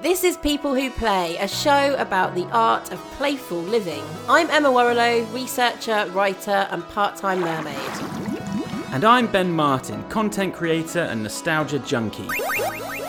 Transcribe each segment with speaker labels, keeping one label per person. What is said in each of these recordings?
Speaker 1: This is People Who Play, a show about the art of playful living. I'm Emma Warrilow, researcher, writer, and part time mermaid.
Speaker 2: And I'm Ben Martin, content creator and nostalgia junkie.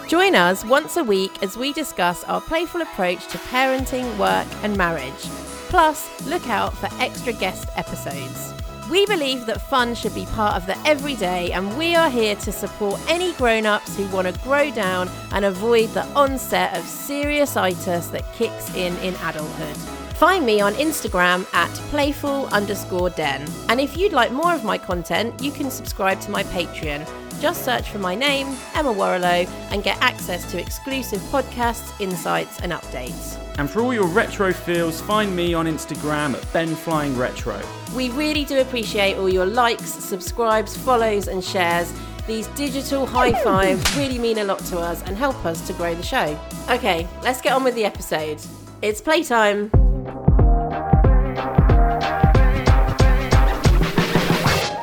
Speaker 1: Join us once a week as we discuss our playful approach to parenting, work, and marriage. Plus, look out for extra guest episodes. We believe that fun should be part of the everyday, and we are here to support any grown ups who want to grow down and avoid the onset of serious itis that kicks in in adulthood. Find me on Instagram at playful underscore den. And if you'd like more of my content, you can subscribe to my Patreon. Just search for my name, Emma Warrilow, and get access to exclusive podcasts, insights, and updates.
Speaker 2: And for all your retro feels, find me on Instagram at BenFlyingRetro.
Speaker 1: We really do appreciate all your likes, subscribes, follows, and shares. These digital high fives really mean a lot to us and help us to grow the show. Okay, let's get on with the episode. It's playtime.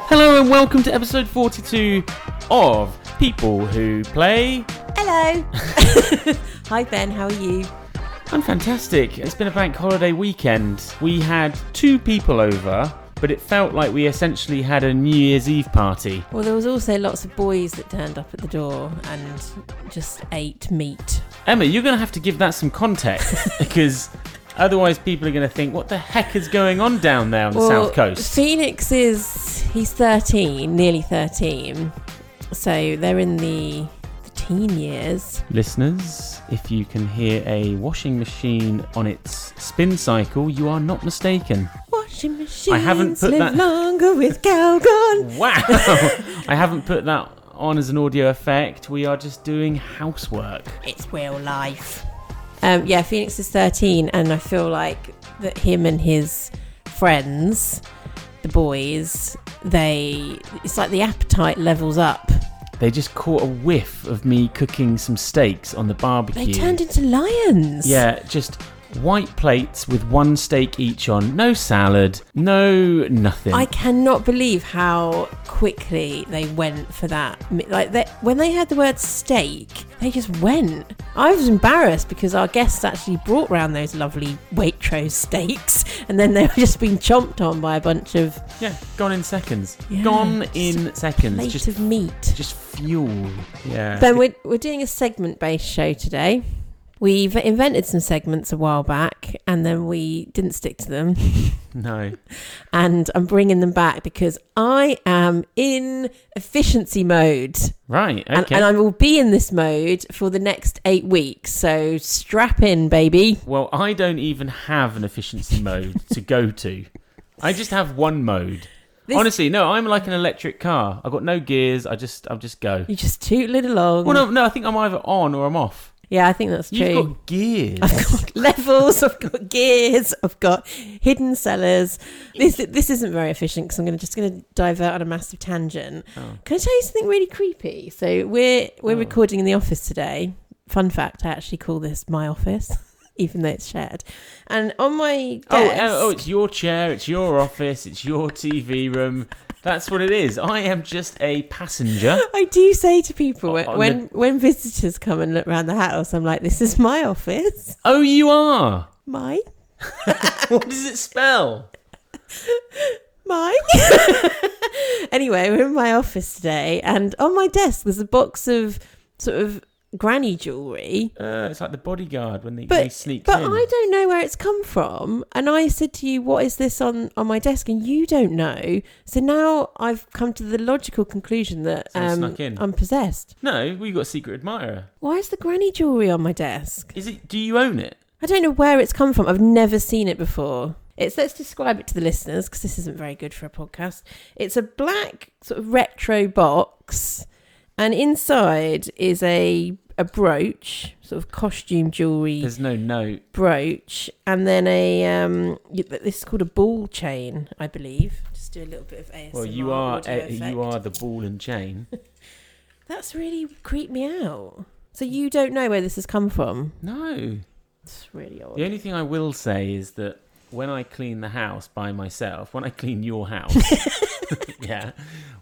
Speaker 2: Hello and welcome to episode 42 of People Who Play.
Speaker 1: Hello. Hi, Ben. How are you?
Speaker 2: I'm fantastic. It's been a bank holiday weekend. We had two people over, but it felt like we essentially had a New Year's Eve party.
Speaker 1: Well, there was also lots of boys that turned up at the door and just ate meat.
Speaker 2: Emma, you're going to have to give that some context because otherwise people are going to think, what the heck is going on down there on the south coast?
Speaker 1: Phoenix is he's thirteen, nearly thirteen, so they're in the, the teen years.
Speaker 2: Listeners, if you can hear a washing machine on its spin cycle, you are not mistaken.
Speaker 1: Washing machines
Speaker 2: haven't put
Speaker 1: live
Speaker 2: that-
Speaker 1: longer with Calgon.
Speaker 2: Wow! I haven't put that on as an audio effect. We are just doing housework.
Speaker 1: It's real life. Um, yeah, Phoenix is thirteen, and I feel like that him and his friends, the boys, they it's like the appetite levels up.
Speaker 2: They just caught a whiff of me cooking some steaks on the barbecue.
Speaker 1: They turned into lions.
Speaker 2: Yeah, just white plates with one steak each on. No salad, no nothing.
Speaker 1: I cannot believe how quickly they went for that. Like they, when they heard the word steak, they just went. I was embarrassed because our guests actually brought round those lovely Waitrose steaks, and then they were just being chomped on by a bunch of
Speaker 2: Yeah, gone in seconds.
Speaker 1: Yeah,
Speaker 2: gone
Speaker 1: just
Speaker 2: in seconds.
Speaker 1: plates
Speaker 2: Just,
Speaker 1: of meat.
Speaker 2: just fuel. Yeah.
Speaker 1: Ben, we're we're doing a segment-based show today. We've invented some segments a while back, and then we didn't stick to them.
Speaker 2: no.
Speaker 1: And I'm bringing them back because I am in efficiency mode.
Speaker 2: Right. Okay.
Speaker 1: And, and I will be in this mode for the next eight weeks. So strap in, baby.
Speaker 2: well, I don't even have an efficiency mode to go to. I just have one mode.
Speaker 1: This-
Speaker 2: Honestly, no. I'm like an electric car. I've got no gears. I just, I just go.
Speaker 1: You just toot it along.
Speaker 2: Well, no, no. I think I'm either on or I'm off.
Speaker 1: Yeah, I think that's true.
Speaker 2: You've got gears.
Speaker 1: I've got levels, I've got gears, I've got hidden cellars. This this isn't very efficient because I'm gonna, just going to divert on a massive tangent.
Speaker 2: Oh.
Speaker 1: Can I tell you something really creepy? So we're we're
Speaker 2: Oh.
Speaker 1: recording in the office today. Fun fact: I actually call this my office, even though it's shared. And on my desk,
Speaker 2: Oh, oh, oh, it's your chair, it's your office, it's your TV room. That's what it is. I am just a passenger.
Speaker 1: I do say to people when
Speaker 2: Oh, On
Speaker 1: when, when visitors come and look round the house, I'm like, "This is my office,
Speaker 2: Oh, you are.
Speaker 1: my
Speaker 2: What does it spell?
Speaker 1: my." anyway, we're in my office today, and on my desk there's a box of sort of granny jewelry.
Speaker 2: Uh, it's like the bodyguard when they,
Speaker 1: But-
Speaker 2: they sneak
Speaker 1: But
Speaker 2: in.
Speaker 1: I don't know where it's come from. And I said to you, What is this on, on my desk? And you don't know. So now I've come to the logical conclusion that
Speaker 2: Someone
Speaker 1: um,
Speaker 2: snuck in.
Speaker 1: I'm possessed.
Speaker 2: No, we've got a secret admirer.
Speaker 1: Why is the granny jewelry on my desk?
Speaker 2: Is it? Do you own it?
Speaker 1: I don't know where it's come from. I've never seen it before. It's let's describe it to the listeners because this isn't very good for a podcast. It's a black sort of retro box, and inside is a a brooch, sort of costume jewelry
Speaker 2: There's no note.
Speaker 1: brooch, and then a um. y- This is called a ball chain, I believe. Just do a little bit of ASMR.
Speaker 2: Well, you are
Speaker 1: audio
Speaker 2: uh,
Speaker 1: effect.
Speaker 2: you are the ball and chain.
Speaker 1: That's really creeped me out. So you don't know where this has come from.
Speaker 2: No.
Speaker 1: It's really odd.
Speaker 2: The only thing I will say is that when I clean the house by myself, when I clean your house, yeah,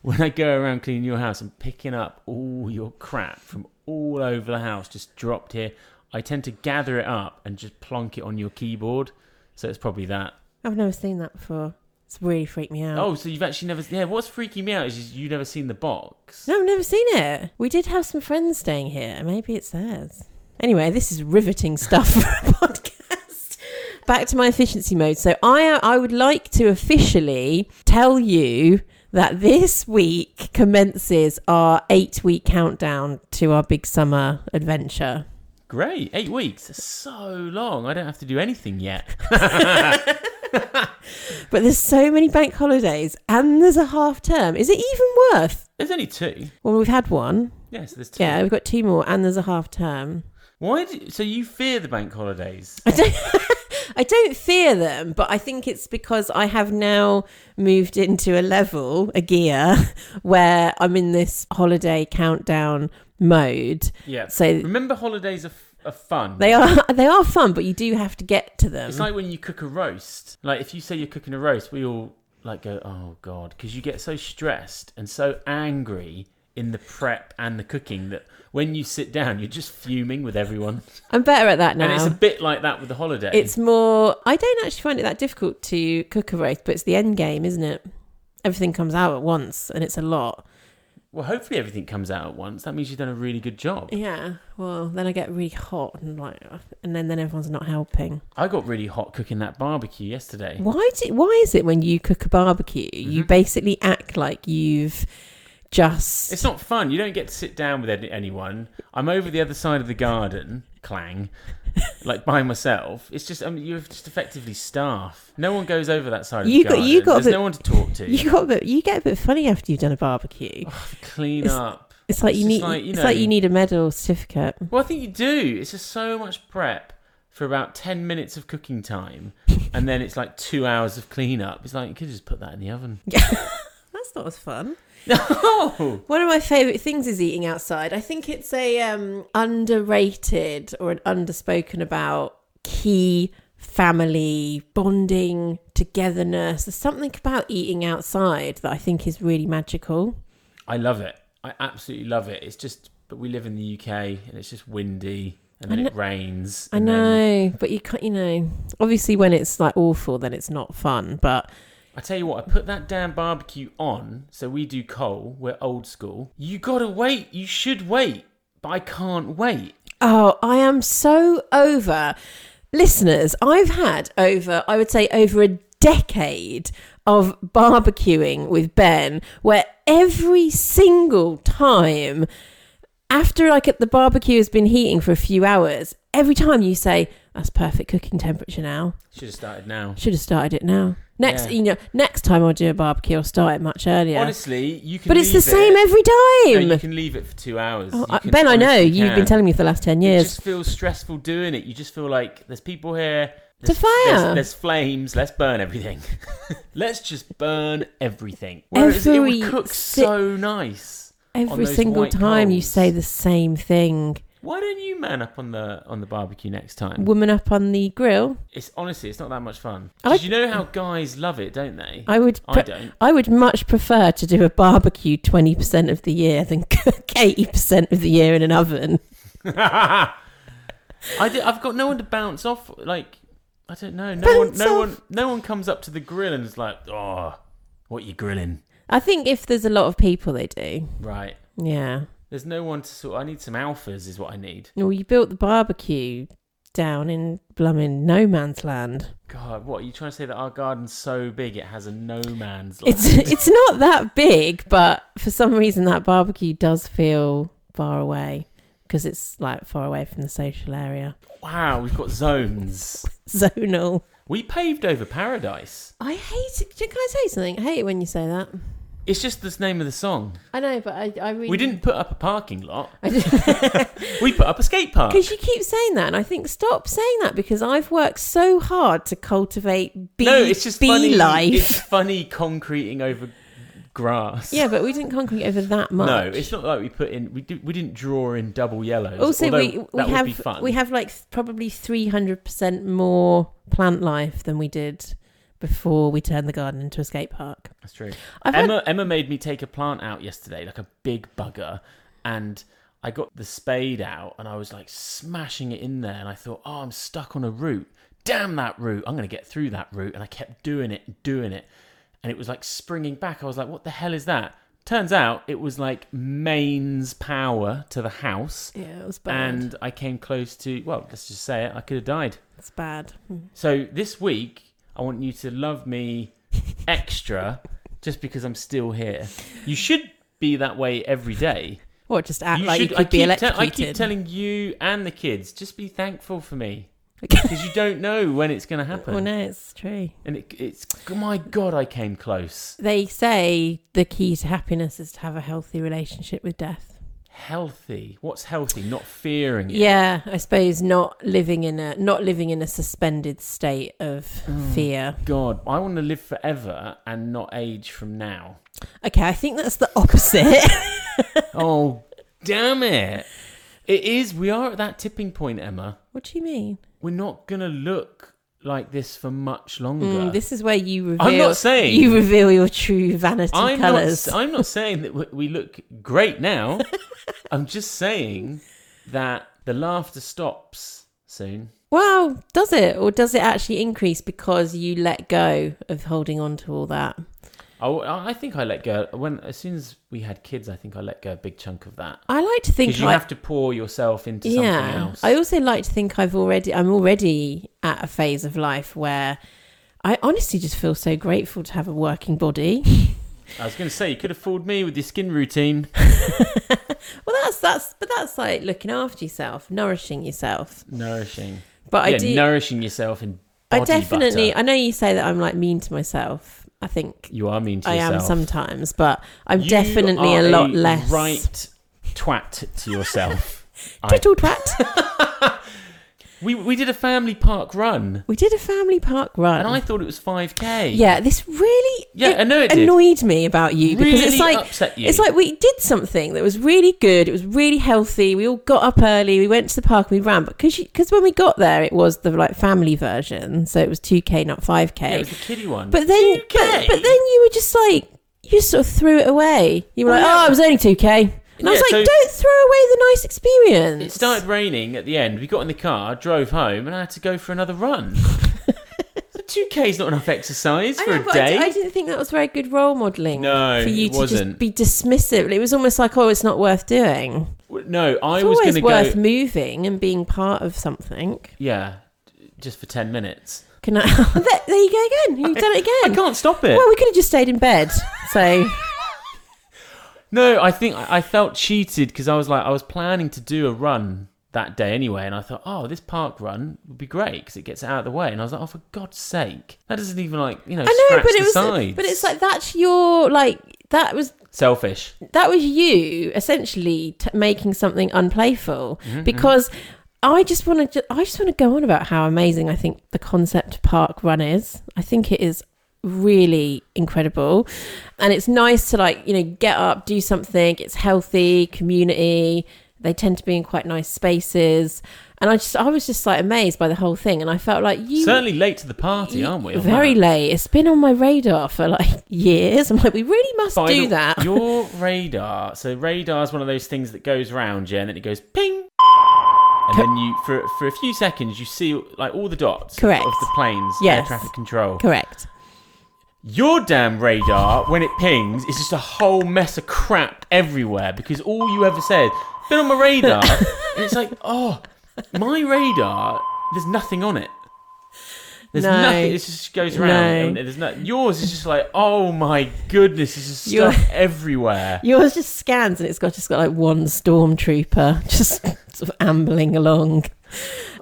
Speaker 2: when I go around cleaning your house, I'm picking up all your crap from all over the house, just dropped here. I tend to gather it up and just plonk it on your keyboard. So it's probably that.
Speaker 1: I've never seen that before. It's really freaked me out.
Speaker 2: Oh, so you've actually never. Yeah, what's freaking me out is you've never seen the box.
Speaker 1: No, I've never seen it. We did have some friends staying here. Maybe it's theirs. Anyway, this is riveting stuff for a podcast. Back to my efficiency mode. So I uh, I would like to officially tell you that this week commences our eight week countdown to our big summer adventure.
Speaker 2: Great. Eight weeks. That's so long. I don't have to do anything yet.
Speaker 1: But there's so many bank holidays and there's a half term. Is it even worth?
Speaker 2: There's only two.
Speaker 1: Well, we've had one.
Speaker 2: Yes, there's two.
Speaker 1: Yeah, we've got two more and there's a half term.
Speaker 2: Why do, so you fear the bank holidays?
Speaker 1: I don't, I don't fear them, but I think it's because I have now moved into a level, a gear, where I'm in this holiday countdown mode.
Speaker 2: Yeah.
Speaker 1: So-
Speaker 2: remember holidays are, f- are fun.
Speaker 1: They are they are fun, but you do have to get to them.
Speaker 2: It's like when you cook a roast. Like if you say you're cooking a roast, we all like go, "Oh god," because you get so stressed and so angry in the prep and the cooking that when you sit down, you're just fuming with everyone.
Speaker 1: I'm better at that now.
Speaker 2: And it's a bit like that with the holiday.
Speaker 1: It's more. I don't actually find it that difficult to cook a roast, but it's the end game, isn't it? Everything comes out at once, and it's a lot.
Speaker 2: well, hopefully everything comes out at once. That means you've done a really good job.
Speaker 1: Yeah. Well, then I get really hot and like, and then then everyone's not helping.
Speaker 2: I got really hot cooking that barbecue yesterday.
Speaker 1: Why do? Why is it when you cook a barbecue, you
Speaker 2: Mm-hmm.
Speaker 1: basically act like you've just
Speaker 2: It's not fun. You don't get to sit down with any- anyone. I'm over the other side of the garden, clang, like by myself. It's just I mean, you're just effectively staff. No one goes over that side of
Speaker 1: You
Speaker 2: the
Speaker 1: got-
Speaker 2: garden.
Speaker 1: you got
Speaker 2: There's
Speaker 1: the-
Speaker 2: no one to talk to.
Speaker 1: you got a bit, you get a bit funny after you've done a barbecue.
Speaker 2: Clean
Speaker 1: It's-
Speaker 2: up.
Speaker 1: It's like
Speaker 2: Oh, it's
Speaker 1: you
Speaker 2: just
Speaker 1: need
Speaker 2: like, you
Speaker 1: it's like
Speaker 2: know-
Speaker 1: you need a medal certificate.
Speaker 2: Well, I think you do. It's just so much prep for about ten minutes of cooking time, and then it's like two hours of cleanup. It's like you could just put that in the oven.
Speaker 1: That's not as fun.
Speaker 2: No.
Speaker 1: One of my favorite things is eating outside. I think it's a um, underrated or an underspoken about key family bonding togetherness. There's something about eating outside that I think is really magical.
Speaker 2: I love it. I absolutely love it. It's just, but we live in the UK, and it's just windy, and then
Speaker 1: I
Speaker 2: it rains.
Speaker 1: I
Speaker 2: and then-
Speaker 1: know, but you can't. You know, obviously when it's like awful, then it's not fun. But
Speaker 2: I tell you what, I put that damn barbecue on, so we do coal, we're old school. You gotta wait, you should wait, but I can't wait.
Speaker 1: Oh, I am so over. Listeners, I've had over, I would say, over a decade of barbecuing with Ben, where every single time after like the barbecue has been heating for a few hours, every time you say, that's perfect cooking temperature now.
Speaker 2: Should have started now.
Speaker 1: Should have started it now. Next,
Speaker 2: Yeah.
Speaker 1: you know, next time I'll do a barbecue, I'll start it much earlier.
Speaker 2: Honestly, you can
Speaker 1: but it's the
Speaker 2: leave
Speaker 1: same
Speaker 2: it-
Speaker 1: every
Speaker 2: no,
Speaker 1: time.
Speaker 2: you can leave it for two hours.
Speaker 1: Oh,
Speaker 2: You
Speaker 1: I-
Speaker 2: can-
Speaker 1: ben, I know
Speaker 2: honestly,
Speaker 1: you've
Speaker 2: can.
Speaker 1: been telling me for the last ten
Speaker 2: It
Speaker 1: years.
Speaker 2: just feels stressful doing it. You just feel like there's people here.
Speaker 1: It's a
Speaker 2: There's,
Speaker 1: fire.
Speaker 2: There's, there's flames. Let's burn everything. Let's just burn everything. Whereas it
Speaker 1: Every
Speaker 2: would cook
Speaker 1: si-
Speaker 2: so nice. on
Speaker 1: Every
Speaker 2: those
Speaker 1: single
Speaker 2: white
Speaker 1: time you
Speaker 2: coals.
Speaker 1: say the same thing.
Speaker 2: Why don't you man up on the on the barbecue next time?
Speaker 1: Woman up on the grill.
Speaker 2: It's honestly, it's not that much fun.
Speaker 1: I
Speaker 2: 'Cause
Speaker 1: like-
Speaker 2: you know how guys love it, don't they?
Speaker 1: I would.
Speaker 2: I
Speaker 1: pre-
Speaker 2: don't.
Speaker 1: I would much prefer to do a barbecue twenty percent of the year than cook eighty percent of the year in an oven.
Speaker 2: I do, I've got no one to bounce off. Like I don't know. No one.
Speaker 1: Bounce
Speaker 2: No
Speaker 1: off.
Speaker 2: one. No one comes up to the grill and is like, "Oh, what you grilling?"
Speaker 1: I think if there's a lot of people, they do.
Speaker 2: Right.
Speaker 1: Yeah.
Speaker 2: There's no one to sort. I need some alphas, is what I need.
Speaker 1: Well, you built the barbecue down in blooming no man's land.
Speaker 2: God, what are you trying to say that our garden's so big it has a no man's land?
Speaker 1: It's it's not that big, but for some reason that barbecue does feel far away because it's like far away from the social area.
Speaker 2: wow, we've got zones.
Speaker 1: Zonal.
Speaker 2: We paved over paradise.
Speaker 1: I hate it. Can I say something? I hate it when you say that.
Speaker 2: It's just the name of the song.
Speaker 1: I know, but I, I really.
Speaker 2: We didn't put up a parking lot.
Speaker 1: Because
Speaker 2: We put up a skate park.
Speaker 1: you keep saying that, and I think stop saying that because I've worked so hard to cultivate bee,
Speaker 2: no, it's just
Speaker 1: bee
Speaker 2: funny.
Speaker 1: life.
Speaker 2: It's funny concreting over grass.
Speaker 1: Yeah, but we didn't concrete over that much.
Speaker 2: No, it's not like we put in. We do, we didn't draw in double yellows.
Speaker 1: Also,
Speaker 2: although
Speaker 1: we we
Speaker 2: that would be
Speaker 1: have
Speaker 2: fun.
Speaker 1: we have like probably three hundred percent more plant life than we did before we turned the garden into a skate park.
Speaker 2: That's true.
Speaker 1: I've had-
Speaker 2: Emma Emma made me take a plant out yesterday, like a big bugger, and I got the spade out and I was like smashing it in there. And I thought, oh, I'm stuck on a root. Damn that root. I'm going to get through that root. And I kept doing it and doing it. And it was like springing back. I was like, what the hell is that? Turns out it was like mains power to the house.
Speaker 1: Yeah, it was bad.
Speaker 2: And I came close to, well, let's just say it, I could have died.
Speaker 1: it's bad. Mm.
Speaker 2: So this week, I want you to love me extra just because I'm still here. You should be that way every day.
Speaker 1: Or just act
Speaker 2: You
Speaker 1: like
Speaker 2: should,
Speaker 1: you
Speaker 2: I,
Speaker 1: could be
Speaker 2: keep te- I
Speaker 1: electrocuted.
Speaker 2: keep telling you and the kids, just be thankful for me because you don't know when it's going to happen.
Speaker 1: well, no, it's true.
Speaker 2: And it, it's, my God, I came close.
Speaker 1: They say the key to happiness is to have a healthy relationship with death.
Speaker 2: Healthy. What's healthy? Not fearing it.
Speaker 1: Yeah, I suppose not living in a not living in a suspended state of
Speaker 2: Mm.
Speaker 1: fear.
Speaker 2: God, I want to live forever and not age from now.
Speaker 1: Okay, I think that's the opposite.
Speaker 2: Oh, damn it. It is. We are at that tipping point, Emma.
Speaker 1: what do you mean?
Speaker 2: We're not going to look like this for much longer.
Speaker 1: Mm, this is where you reveal.
Speaker 2: not saying-
Speaker 1: you reveal your true vanity
Speaker 2: I'm
Speaker 1: colors.
Speaker 2: not. I'm not saying that we- we look great now. I'm just saying that the laughter stops soon.
Speaker 1: Well, does it or does it actually increase because you let go of holding on to all that?
Speaker 2: I, I think I let go when as soon as we had kids. I think I let go a big chunk of that
Speaker 1: I like to think
Speaker 2: because you
Speaker 1: like
Speaker 2: have to pour yourself into something else.
Speaker 1: I also like to think I've already I'm already at a phase of life where I honestly just feel so grateful to have a working body.
Speaker 2: I was going to say you could have fooled me with your skin routine.
Speaker 1: well that's that's but that's like looking after yourself, nourishing yourself.
Speaker 2: Nourishing,
Speaker 1: But
Speaker 2: yeah,
Speaker 1: I do
Speaker 2: nourishing yourself in.
Speaker 1: I
Speaker 2: body
Speaker 1: definitely
Speaker 2: butter.
Speaker 1: I know you say that I'm like mean to myself. I think
Speaker 2: You are mean to
Speaker 1: I
Speaker 2: yourself.
Speaker 1: am sometimes, but I'm
Speaker 2: You
Speaker 1: definitely a
Speaker 2: are
Speaker 1: lot less
Speaker 2: right twat to yourself. I-
Speaker 1: tittle twat.
Speaker 2: we we did a family park run.
Speaker 1: we did a family park run.
Speaker 2: and I thought it was 5k.
Speaker 1: yeah, this really
Speaker 2: Yeah,
Speaker 1: it
Speaker 2: I know it did.
Speaker 1: annoyed me about you because
Speaker 2: Really
Speaker 1: it's like
Speaker 2: upset you.
Speaker 1: It's like we did something that was really good. It was really healthy. We all got up early. We went to the park. and We ran, but because when we got there, it was the like family version, so it was two k, not five
Speaker 2: Yeah, it
Speaker 1: k.
Speaker 2: was the kiddie one.
Speaker 1: but then,
Speaker 2: 2K?
Speaker 1: but, but then you were just like you just sort of threw it away. You were like,
Speaker 2: Well,
Speaker 1: oh, it was only two k, and I was
Speaker 2: Yeah,
Speaker 1: like,
Speaker 2: so-
Speaker 1: don't throw away the nice experience.
Speaker 2: it started raining at the end. We got in the car, drove home, and I had to go for another run. 2k is not enough exercise
Speaker 1: I
Speaker 2: for
Speaker 1: know,
Speaker 2: a
Speaker 1: but I,
Speaker 2: day.
Speaker 1: d- I didn't think that was very good role modelling.
Speaker 2: No,
Speaker 1: for you
Speaker 2: it
Speaker 1: to
Speaker 2: wasn't.
Speaker 1: just be dismissive. It was almost like, oh, it's not worth doing.
Speaker 2: W- no, I
Speaker 1: It's
Speaker 2: was going
Speaker 1: always
Speaker 2: to
Speaker 1: worth
Speaker 2: go.
Speaker 1: moving and being part of something.
Speaker 2: Yeah, d- just for 10 minutes.
Speaker 1: Can I? there, there you go again. You've done it
Speaker 2: I
Speaker 1: again.
Speaker 2: can't stop it.
Speaker 1: Well, we could have just stayed in bed. So
Speaker 2: No, I think I I felt cheated because I was like, I was planning to do a run that day anyway, and I thought, oh, this park run would be great because it gets it out of the way. And I was like, oh, for God's sake, that doesn't even like you know
Speaker 1: I know,
Speaker 2: scratch
Speaker 1: but it
Speaker 2: the
Speaker 1: was.
Speaker 2: sides.
Speaker 1: But it's like that's your like that was
Speaker 2: selfish.
Speaker 1: that was you essentially t- making something unplayful
Speaker 2: Mm-hmm,
Speaker 1: because I just want to. Ju- I just want to go on about how amazing I think the concept of park run is. I think it is really incredible, and it's nice to like you know get up, do something. It's healthy community. They tend to be in quite nice spaces, and I just I was just like amazed by the whole thing, and I felt like you
Speaker 2: Certainly late to the party, aren't we? Oh on
Speaker 1: very
Speaker 2: that?
Speaker 1: late. It's been on my radar for like years. I'm like, we really must
Speaker 2: By
Speaker 1: do
Speaker 2: the-
Speaker 1: that.
Speaker 2: Your radar. So radar is one of those things that goes round, yeah, and then it goes ping, and then you for for a few seconds you see like all the dots
Speaker 1: Correct.
Speaker 2: of the planes, air
Speaker 1: Yes.
Speaker 2: traffic control.
Speaker 1: Correct.
Speaker 2: Your damn radar, when it pings, is just a whole mess of crap everywhere because all you ever said, been on my radar. and it's like, oh, my radar, there's nothing on it. There's
Speaker 1: No.
Speaker 2: nothing. It just goes around.
Speaker 1: No.
Speaker 2: and There's no, yours is just like, oh my goodness, there's just
Speaker 1: Your-
Speaker 2: stuff everywhere.
Speaker 1: Yours just scans and it's got just got like one stormtrooper just sort of ambling along.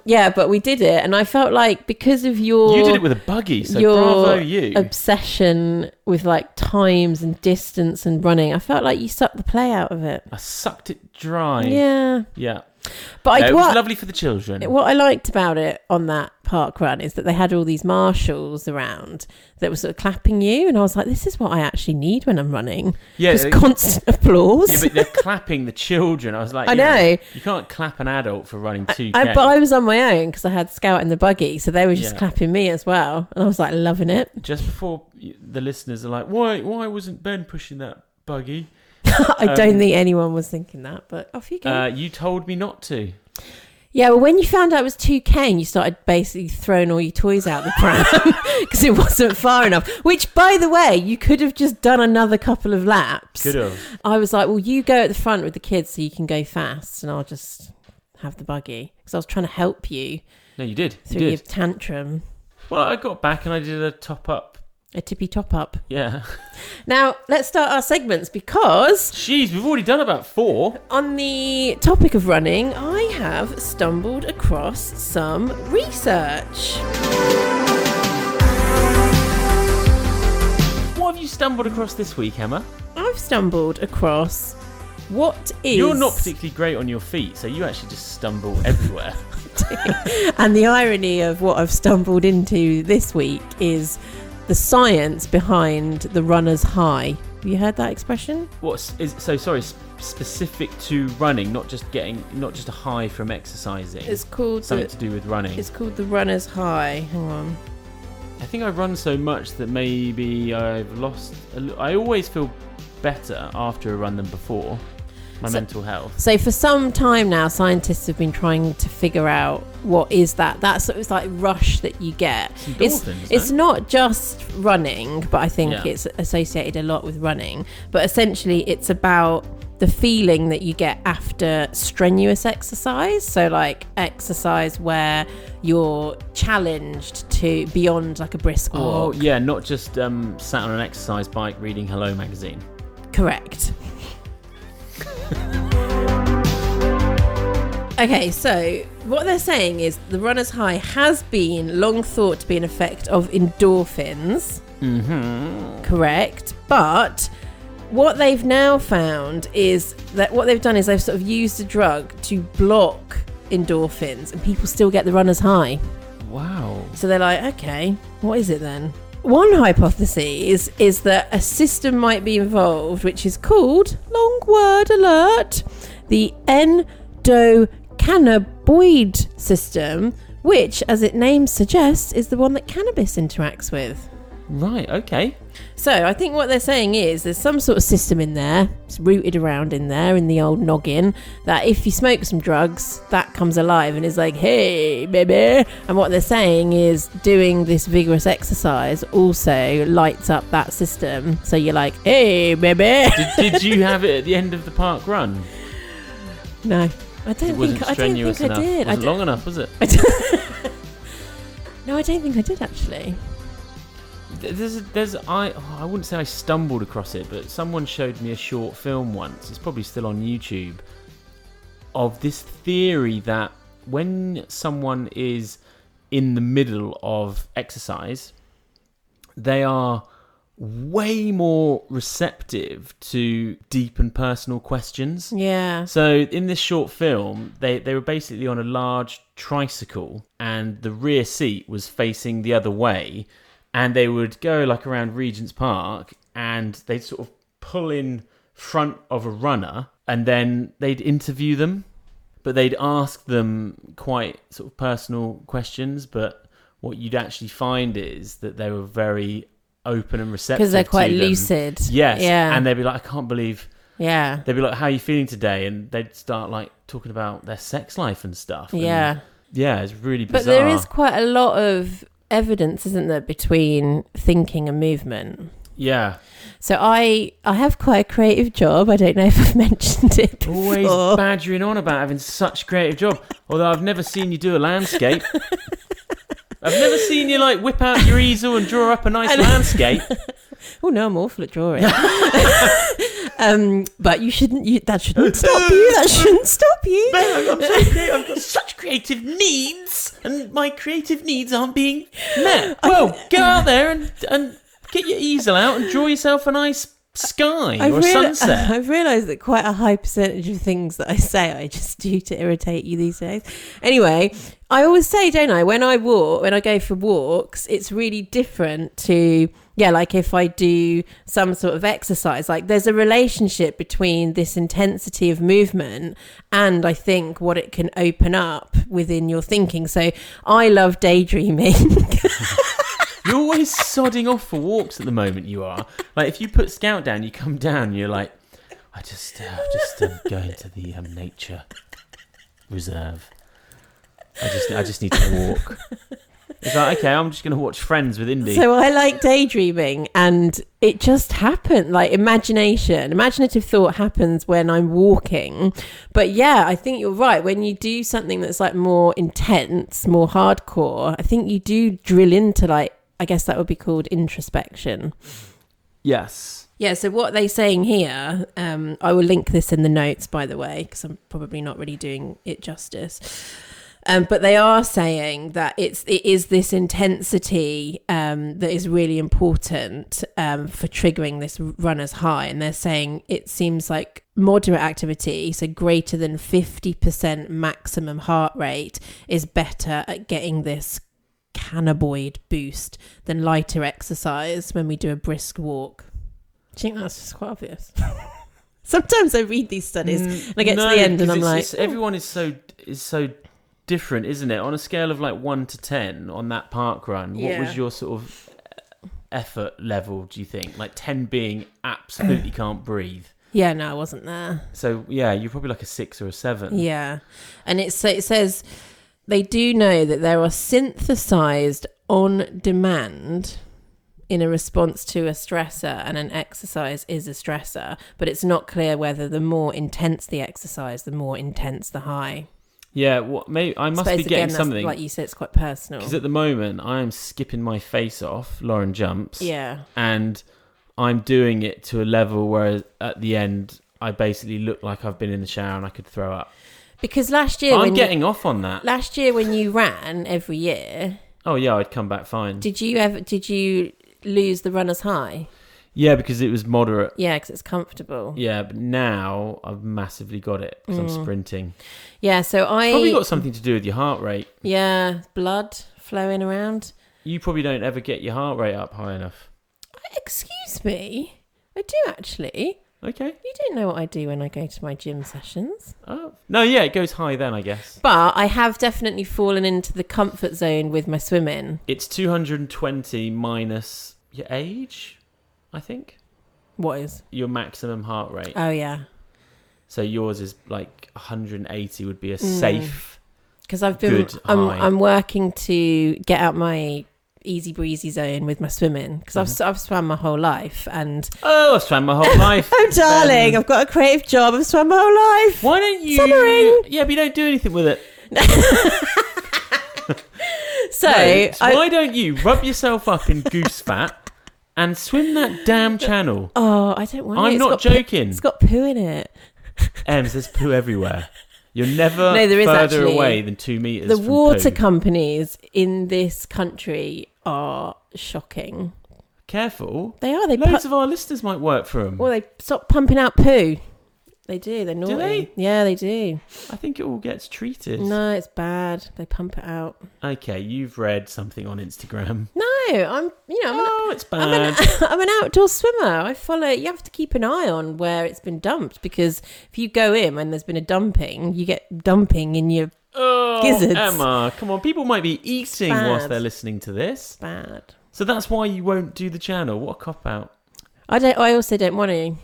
Speaker 1: Yeah, but we did it, and I felt like because of your
Speaker 2: you did it with a buggy, so
Speaker 1: your
Speaker 2: bravo you.
Speaker 1: obsession with like times and distance and running, I felt like you sucked the play out of it.
Speaker 2: I sucked it dry.
Speaker 1: Yeah,
Speaker 2: Yeah.
Speaker 1: but
Speaker 2: No,
Speaker 1: I
Speaker 2: it
Speaker 1: what,
Speaker 2: was lovely for the children.
Speaker 1: What I liked about it on that park run is that they had all these marshals around that were sort of clapping you, and I was like, "This is what I actually need when I'm running."
Speaker 2: Yeah,
Speaker 1: just
Speaker 2: it-
Speaker 1: constant
Speaker 2: Yeah,
Speaker 1: applause.
Speaker 2: but they're clapping the children. I was like,
Speaker 1: I
Speaker 2: you know,
Speaker 1: know.
Speaker 2: you can't clap an adult for running two k.
Speaker 1: I, but I was on my own because I had Scout in the buggy, so they were just
Speaker 2: Yeah.
Speaker 1: clapping me as well, and I was like loving it.
Speaker 2: Just before you- the listeners are like, why, why wasn't Ben pushing that buggy?
Speaker 1: I don't think anyone was thinking that, but off you go.
Speaker 2: Um, Uh, you told me not to.
Speaker 1: yeah, well, when you found out it was 2K and you started basically throwing all your toys out the pram because it wasn't far enough, which, by the way, you could have just done another couple of laps.
Speaker 2: Could have.
Speaker 1: I was like, well, you go at the front with the kids so you can go fast and I'll just have the buggy because I was trying to help you
Speaker 2: No, you did. You
Speaker 1: through your
Speaker 2: did.
Speaker 1: tantrum,
Speaker 2: Well, I got back and I did a top up.
Speaker 1: a tippy top up.
Speaker 2: Yeah.
Speaker 1: Now, let's start our segments because
Speaker 2: Jeez, we've already done about four.
Speaker 1: on the topic of running, I have stumbled across some research.
Speaker 2: What have you stumbled across this week, Emma?
Speaker 1: I've stumbled across what is
Speaker 2: You're not particularly great on your feet, so you actually just stumble everywhere.
Speaker 1: and the irony of what I've stumbled into this week is the science behind the runner's high. Have you heard that expression?
Speaker 2: What's is so sorry? s- Specific to running, not just getting, not just a high from exercising.
Speaker 1: It's called
Speaker 2: something
Speaker 1: the,
Speaker 2: to do with running.
Speaker 1: it's called the runner's high. Hang on.
Speaker 2: I think I run so much that maybe I've lost. A l- I always feel better after a run than before. My
Speaker 1: So-
Speaker 2: mental health.
Speaker 1: So for some time now, scientists have been trying to figure out what is that. That's it's like rush that you get. It's,
Speaker 2: endorphins,
Speaker 1: it's
Speaker 2: no?
Speaker 1: not just running, but I think
Speaker 2: Yeah.
Speaker 1: it's associated a lot with running. But essentially, it's about the feeling that you get after strenuous exercise. So like exercise where you're challenged to beyond like a brisk
Speaker 2: Oh
Speaker 1: walk.
Speaker 2: yeah, not just um, sat on an exercise bike reading Hello magazine.
Speaker 1: Correct. okay, so what they're saying is the runner's high has been long thought to be an effect of endorphins. Mm-hmm. Correct. But what they've now found is that what they've done is they've sort of used a drug to block endorphins and people still get the runner's high.
Speaker 2: Wow.
Speaker 1: So they're like, okay, what is it then? One hypothesis is that a system might be involved, which is called, long word alert, the endocannabinoid system, which, as its name suggests, is the one that cannabis interacts with.
Speaker 2: Right. Okay.
Speaker 1: So I think what they're saying is there's some sort of system in there, it's rooted around in there in the old noggin, that if you smoke some drugs, that comes alive and is like, hey, baby. And what they're saying is doing this vigorous exercise also lights up that system. So you're like, hey, baby.
Speaker 2: Did, did you have it at the end of the park run?
Speaker 1: No. I don't
Speaker 2: It wasn't
Speaker 1: think I don't
Speaker 2: strenuous
Speaker 1: think I
Speaker 2: enough.
Speaker 1: did. I
Speaker 2: Wasn't
Speaker 1: d-
Speaker 2: long enough, was it?
Speaker 1: no, I don't think I did actually.
Speaker 2: Th- There's, there's, I, oh, I wouldn't say I stumbled across it, but someone showed me a short film once. It's probably still on YouTube. Of this theory that when someone is in the middle of exercise, they are way more receptive to deep and personal questions.
Speaker 1: Yeah.
Speaker 2: So in this short film, they, they were basically on a large tricycle and the rear seat was facing the other way and they would go like around Regent's Park and they'd sort of pull in front of a runner and then they'd interview them but they'd ask them quite sort of personal questions but what you'd actually find is that they were very open and receptive
Speaker 1: Because they're quite
Speaker 2: to them.
Speaker 1: lucid.
Speaker 2: yes
Speaker 1: Yeah.
Speaker 2: and they'd be like i can't believe
Speaker 1: yeah.
Speaker 2: they'd be like, "How are you feeling today?" And they'd start like talking about their sex life and stuff. And,
Speaker 1: Yeah.
Speaker 2: yeah, it's really bizarre.
Speaker 1: But there is quite a lot of evidence, isn't there, between thinking and movement?
Speaker 2: yeah,
Speaker 1: So I I have quite a creative job. I don't know if I've mentioned it before.
Speaker 2: always badgering on about having such creative job. Although I've never seen you do a landscape. I've never seen you like whip out your easel and draw up a nice
Speaker 1: And-
Speaker 2: landscape.
Speaker 1: oh no, I'm awful at drawing. um, but you shouldn't. You, that shouldn't stop you. That shouldn't stop you.
Speaker 2: I'm so crea- I've got such creative needs, and my creative needs aren't being met. Well, go out there and and get your easel out and draw yourself a nice sky or a
Speaker 1: reali-
Speaker 2: sunset.
Speaker 1: I've realised that quite a high percentage of things that I say I just do to irritate you these days. Anyway, I always say, don't I, when I walk, when I go for walks, it's really different to, yeah, like if I do some sort of exercise, like there's a relationship between this intensity of movement and I think what it can open up within your thinking. So I love daydreaming.
Speaker 2: You're always sodding off for walks at the moment. You are like if you put Scout down, you come down. You're like, I just, uh, I'm just um, going to the um, nature reserve. I just, I just need to walk. It's like, okay, I'm just going to watch Friends with Indy.
Speaker 1: So I like daydreaming, and it just happened. Like imagination, imaginative thought happens when I'm walking. But yeah, I think you're right. When you do something that's like more intense, more hardcore, I think you do drill into like. I guess that would be called introspection.
Speaker 2: yes.
Speaker 1: Yeah. So what are they saying here? Um, I will link this in the notes, by the way, because I'm probably not really doing it justice. Um, but they are saying that it's it is this intensity um, that is really important um, for triggering this runner's high, and they're saying it seems like moderate activity, so greater than fifty percent maximum heart rate, is better at getting this cannabinoid boost than lighter exercise when we do a brisk walk. Do you think that's just quite obvious? Mm, Sometimes I read these studies and I get
Speaker 2: No,
Speaker 1: to the end and
Speaker 2: 'cause
Speaker 1: I'm
Speaker 2: it's-
Speaker 1: like,
Speaker 2: it's- everyone is so is so different, isn't it? On a scale of like one to ten on that park run, what
Speaker 1: Yeah.
Speaker 2: was your sort of effort level? Do you think like ten being absolutely can't breathe?
Speaker 1: yeah, no, I wasn't there.
Speaker 2: So yeah, you're probably like a six or a seven.
Speaker 1: Yeah. And it, sa- it says they do know that there are synthesized on demand in a response to a stressor, and an exercise is a stressor, but it's not clear whether the more intense the exercise, the more intense the high.
Speaker 2: Yeah, what? Maybe I must
Speaker 1: Suppose,
Speaker 2: be getting
Speaker 1: that's-
Speaker 2: something
Speaker 1: Like
Speaker 2: because
Speaker 1: you said, it's quite personal.
Speaker 2: at the moment I am skipping my face off. Lauren jumps.
Speaker 1: yeah.
Speaker 2: and I'm doing it to a level where at the end I basically look like I've been in the shower and I could throw up.
Speaker 1: Because last year,
Speaker 2: I'm
Speaker 1: when
Speaker 2: getting off on that.
Speaker 1: you, last year when you ran every year,
Speaker 2: Oh yeah, I'd come back fine.
Speaker 1: did you ever did you lose the runner's high?
Speaker 2: Yeah, because it was moderate.
Speaker 1: Yeah, because it's comfortable.
Speaker 2: Yeah, but now I've massively got it because I'm sprinting.
Speaker 1: Yeah, so Mm. I
Speaker 2: Probably got something to do with your heart rate.
Speaker 1: Yeah, blood flowing around.
Speaker 2: You probably don't ever get your heart rate up high enough.
Speaker 1: Excuse me. I do actually.
Speaker 2: Okay.
Speaker 1: You don't know what I do when I go to my gym sessions.
Speaker 2: Oh. No, yeah, it goes high then, I guess.
Speaker 1: But I have definitely fallen into the comfort zone with my swimming.
Speaker 2: It's 220 minus your age, I think.
Speaker 1: What is?
Speaker 2: Your maximum heart rate.
Speaker 1: Oh, yeah.
Speaker 2: So yours is like 180 would be a
Speaker 1: Mm.
Speaker 2: safe.
Speaker 1: Because I've been,
Speaker 2: Good
Speaker 1: I'm,
Speaker 2: eye.
Speaker 1: I'm working to get out my easy breezy zone with my swimming because
Speaker 2: Mm-hmm.
Speaker 1: I've, s- I've swam my whole life and
Speaker 2: Oh, I've swam my whole life.
Speaker 1: oh darling
Speaker 2: Ben.
Speaker 1: I've got a creative job I've swam my whole life
Speaker 2: Why don't you?
Speaker 1: Summering.
Speaker 2: Yeah, but you don't do anything with it.
Speaker 1: so
Speaker 2: Right, so
Speaker 1: I,
Speaker 2: why don't you rub yourself up in goose fat and swim that damn channel?
Speaker 1: oh I don't want
Speaker 2: I'm
Speaker 1: it. It's
Speaker 2: not
Speaker 1: got poo-
Speaker 2: joking.
Speaker 1: it's got poo in it
Speaker 2: Ems, there's poo everywhere. You're never
Speaker 1: No, there is
Speaker 2: further
Speaker 1: actually-
Speaker 2: away than two meters.
Speaker 1: the
Speaker 2: from
Speaker 1: water
Speaker 2: Poo.
Speaker 1: companies in this country are shocking.
Speaker 2: Careful.
Speaker 1: They are. They pu-
Speaker 2: Loads of our listeners might work for them.
Speaker 1: well, they stop pumping out poo. They do. They're naughty.
Speaker 2: they?
Speaker 1: Yeah, they do.
Speaker 2: I think it all gets treated.
Speaker 1: No, it's bad. They pump it out.
Speaker 2: Okay, you've read something on Instagram.
Speaker 1: No, I'm. You know, I'm,
Speaker 2: Oh, it's bad.
Speaker 1: an, I'm, an, I'm an outdoor swimmer. I follow. You have to keep an eye on where it's been dumped because if you go in when there's been a dumping, you get dumping in your
Speaker 2: Oh,
Speaker 1: Gizzards.
Speaker 2: Emma, come on. People might be eating
Speaker 1: Bad.
Speaker 2: whilst they're listening to this.
Speaker 1: bad.
Speaker 2: So that's why you won't do the channel. What a cop out.
Speaker 1: I don't. I also don't want to.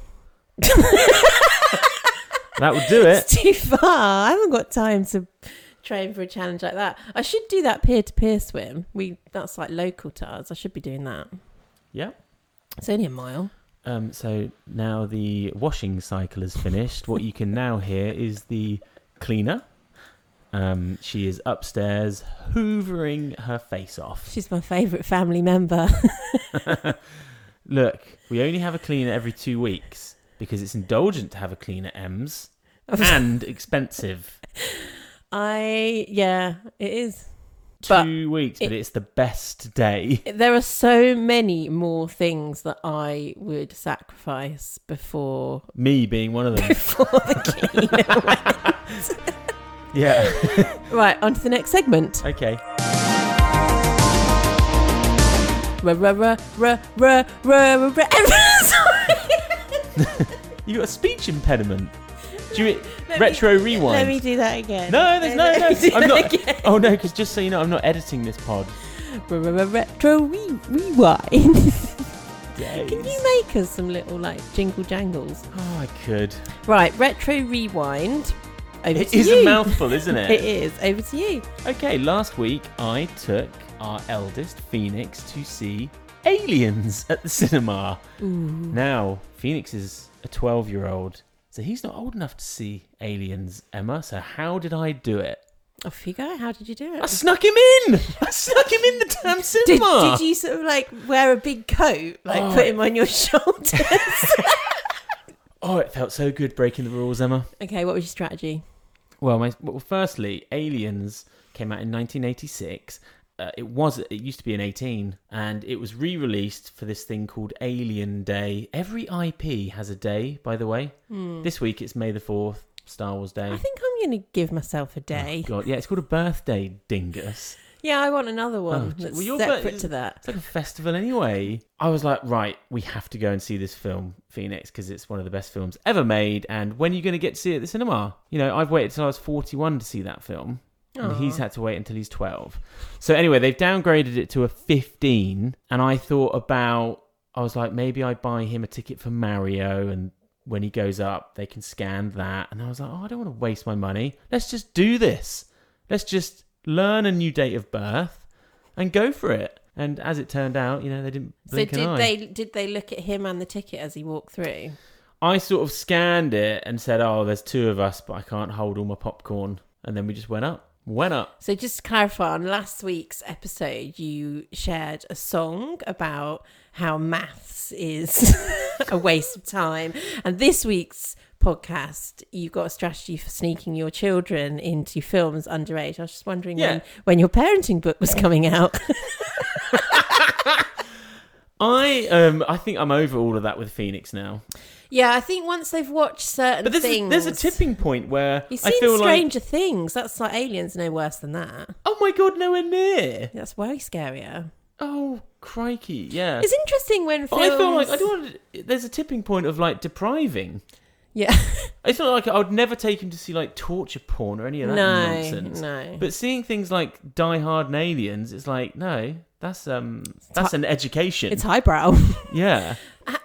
Speaker 2: That would do it.
Speaker 1: It's too far. I haven't got time to train for a challenge like that. I should do that peer to peer swim. We that's like local to us. I should be doing that.
Speaker 2: Yeah.
Speaker 1: It's only a mile.
Speaker 2: Um, so now the washing cycle is finished. What you can now hear is the cleaner. Um, she is upstairs hoovering her face off.
Speaker 1: She's my favourite family member.
Speaker 2: Look, we only have a cleaner every two weeks because it's indulgent to have a cleaner, Ems, and expensive.
Speaker 1: I yeah, it is. But
Speaker 2: Two weeks, but
Speaker 1: it-
Speaker 2: it's the best day.
Speaker 1: There are so many more things that I would sacrifice before
Speaker 2: Me being one of them.
Speaker 1: before the
Speaker 2: yeah.
Speaker 1: cleaner. right, on to the next segment.
Speaker 2: Okay.
Speaker 1: Ruh, ruh, ruh, ruh, ruh, ruh, ruh, ruh. Sorry.
Speaker 2: You got a speech impediment. Do you
Speaker 1: Let me-
Speaker 2: retro rewind?
Speaker 1: Let me do that again.
Speaker 2: No, there's no,
Speaker 1: Let
Speaker 2: no.
Speaker 1: me do
Speaker 2: I'm
Speaker 1: that
Speaker 2: not.
Speaker 1: again.
Speaker 2: Oh no, because just so you know, I'm not editing this pod.
Speaker 1: Re- re- re- Retro re- rewind.
Speaker 2: days.
Speaker 1: Can you make us some little like jingle jangles?
Speaker 2: Oh, I could.
Speaker 1: Right, retro rewind. Over
Speaker 2: It
Speaker 1: to
Speaker 2: is
Speaker 1: you.
Speaker 2: a mouthful, isn't it?
Speaker 1: It is. Over to you.
Speaker 2: Okay, last week I took our eldest Phoenix to see Aliens at the cinema. Now, Phoenix is a 12 year old, so he's not old enough to see Aliens, Emma. So, how did I do it?
Speaker 1: Off you go. How did you do
Speaker 2: I
Speaker 1: it?
Speaker 2: snuck him in! I snuck him in the damn
Speaker 1: Did,
Speaker 2: cinema!
Speaker 1: did you sort of like wear a big coat, like
Speaker 2: Oh.
Speaker 1: put him on your shoulders?
Speaker 2: Oh, it felt so good breaking the rules, Emma.
Speaker 1: okay, what was your strategy?
Speaker 2: Well, my well, firstly, Aliens came out in 1986. Uh, it was it used to be an 18, and it was re-released for this thing called Alien Day. Every IP has a day, by the way. This week it's May the fourth, Star Wars Day.
Speaker 1: I think I'm going to give myself a day.
Speaker 2: Oh, God, yeah, it's called a birthday dingus.
Speaker 1: Yeah, I want another one
Speaker 2: Oh,
Speaker 1: that's
Speaker 2: well, your birth-
Speaker 1: separate to that.
Speaker 2: It's like a festival anyway. I was like, right, we have to go and see this film, Phoenix, because it's one of the best films ever made. And when are you going to get to see it at the cinema? You know, I've waited till I was 41 to see that film. And he's had to wait until he's 12. So anyway, they've downgraded it to a 15. And I thought about, I was like, maybe I buy him a ticket for Mario. And when he goes up, they can scan that. And I was like, oh, I don't want to waste my money. Let's just do this. Let's just learn a new date of birth and go for it. And as it turned out, you know, they didn't
Speaker 1: So
Speaker 2: blink an
Speaker 1: did
Speaker 2: eye.
Speaker 1: they did they look at him and the ticket as he walked through?
Speaker 2: I sort of scanned it and said, oh, there's two of us, but I can't hold all my popcorn. And then we just went up. Went up.
Speaker 1: So just to clarify, on last week's episode, you shared a song about how maths is a waste of time, and this week's podcast, you've got a strategy for sneaking your children into films underage. I was just wondering
Speaker 2: Yeah.
Speaker 1: when, when your parenting book was coming out.
Speaker 2: I um I think I'm over all of that with Phoenix now.
Speaker 1: yeah, I think once they've watched certain
Speaker 2: But there's a,
Speaker 1: things,
Speaker 2: there's a tipping point where
Speaker 1: You've
Speaker 2: I
Speaker 1: seen
Speaker 2: feel like
Speaker 1: Stranger Things. That's like aliens, no worse than that.
Speaker 2: oh my god, nowhere near.
Speaker 1: That's way scarier.
Speaker 2: Oh crikey, yeah.
Speaker 1: It's interesting when
Speaker 2: But
Speaker 1: films.
Speaker 2: I feel like I don't. Want to, there's a tipping point of like depriving.
Speaker 1: Yeah.
Speaker 2: It's not like I would never take him to see like torture porn or any of that
Speaker 1: no.
Speaker 2: nonsense.
Speaker 1: No.
Speaker 2: But seeing things like Die Hard and Aliens, it's like no, that's um that's an education.
Speaker 1: it's highbrow. Uh,
Speaker 2: yeah.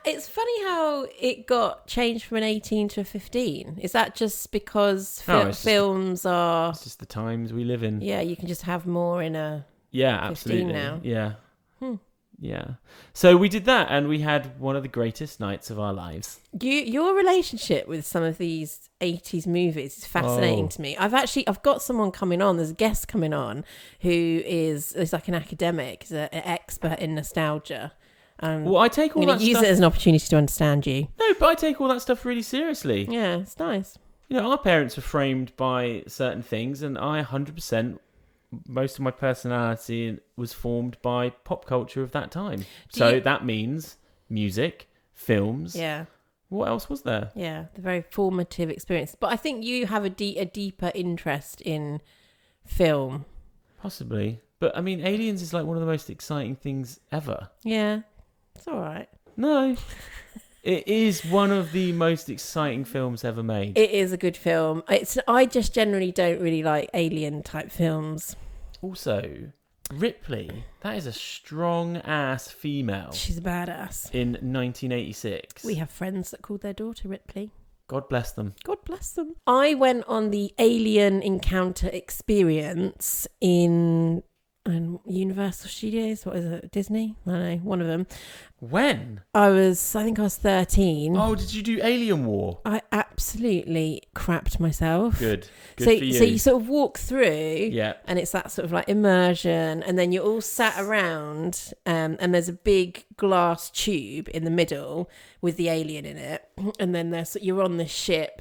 Speaker 1: it's funny how it got changed from an 18 to a 15. Is that just because
Speaker 2: No,
Speaker 1: fil-
Speaker 2: it's just-
Speaker 1: films are.
Speaker 2: It's just the times we live in.
Speaker 1: Yeah, you can just have more in a.
Speaker 2: Yeah,
Speaker 1: 15
Speaker 2: absolutely.
Speaker 1: now.
Speaker 2: Yeah.
Speaker 1: Hmm.
Speaker 2: Yeah. So we did that and we had one of the greatest nights of our lives.
Speaker 1: You, your relationship with some of these 80s movies is fascinating
Speaker 2: Oh.
Speaker 1: to me. I've actually I've got someone coming on, there's a guest coming on who is is like an academic, is a, an expert in nostalgia. Um,
Speaker 2: Well, I take all
Speaker 1: I'm going
Speaker 2: that
Speaker 1: to use
Speaker 2: stuff.
Speaker 1: it as an opportunity to understand you.
Speaker 2: No, but I take all that stuff really seriously.
Speaker 1: Yeah, it's nice.
Speaker 2: You know, our parents were framed by certain things and I 100% most of my personality was formed by pop culture of that time. so
Speaker 1: you-
Speaker 2: that means music, films.
Speaker 1: Yeah,
Speaker 2: What else was there?
Speaker 1: yeah, the very formative experience. But I think you have a de- a deeper interest in film.
Speaker 2: Possibly. But I mean, Aliens is like one of the most exciting things ever.
Speaker 1: Yeah, it's all right.
Speaker 2: No. it is one of the most exciting films ever made.
Speaker 1: It is a good film. It's I just generally don't really like alien type films.
Speaker 2: also, Ripley, that is a strong ass female
Speaker 1: She's a badass.
Speaker 2: in 1986.
Speaker 1: We have friends that called their daughter Ripley.
Speaker 2: God bless them.
Speaker 1: God bless them. I went on the alien encounter experience in um, Universal Studios. What is it? Disney? I don't know. One of them.
Speaker 2: When?
Speaker 1: I was, I think I was 13.
Speaker 2: Oh, did you do Alien War?
Speaker 1: I absolutely crapped myself.
Speaker 2: Good. Good
Speaker 1: so,
Speaker 2: for you.
Speaker 1: so you sort of walk through.
Speaker 2: yeah.
Speaker 1: And it's that sort of like immersion, and then you're all sat around, um, and there's a big glass tube in the middle with the alien in it, and then there's you're on this ship,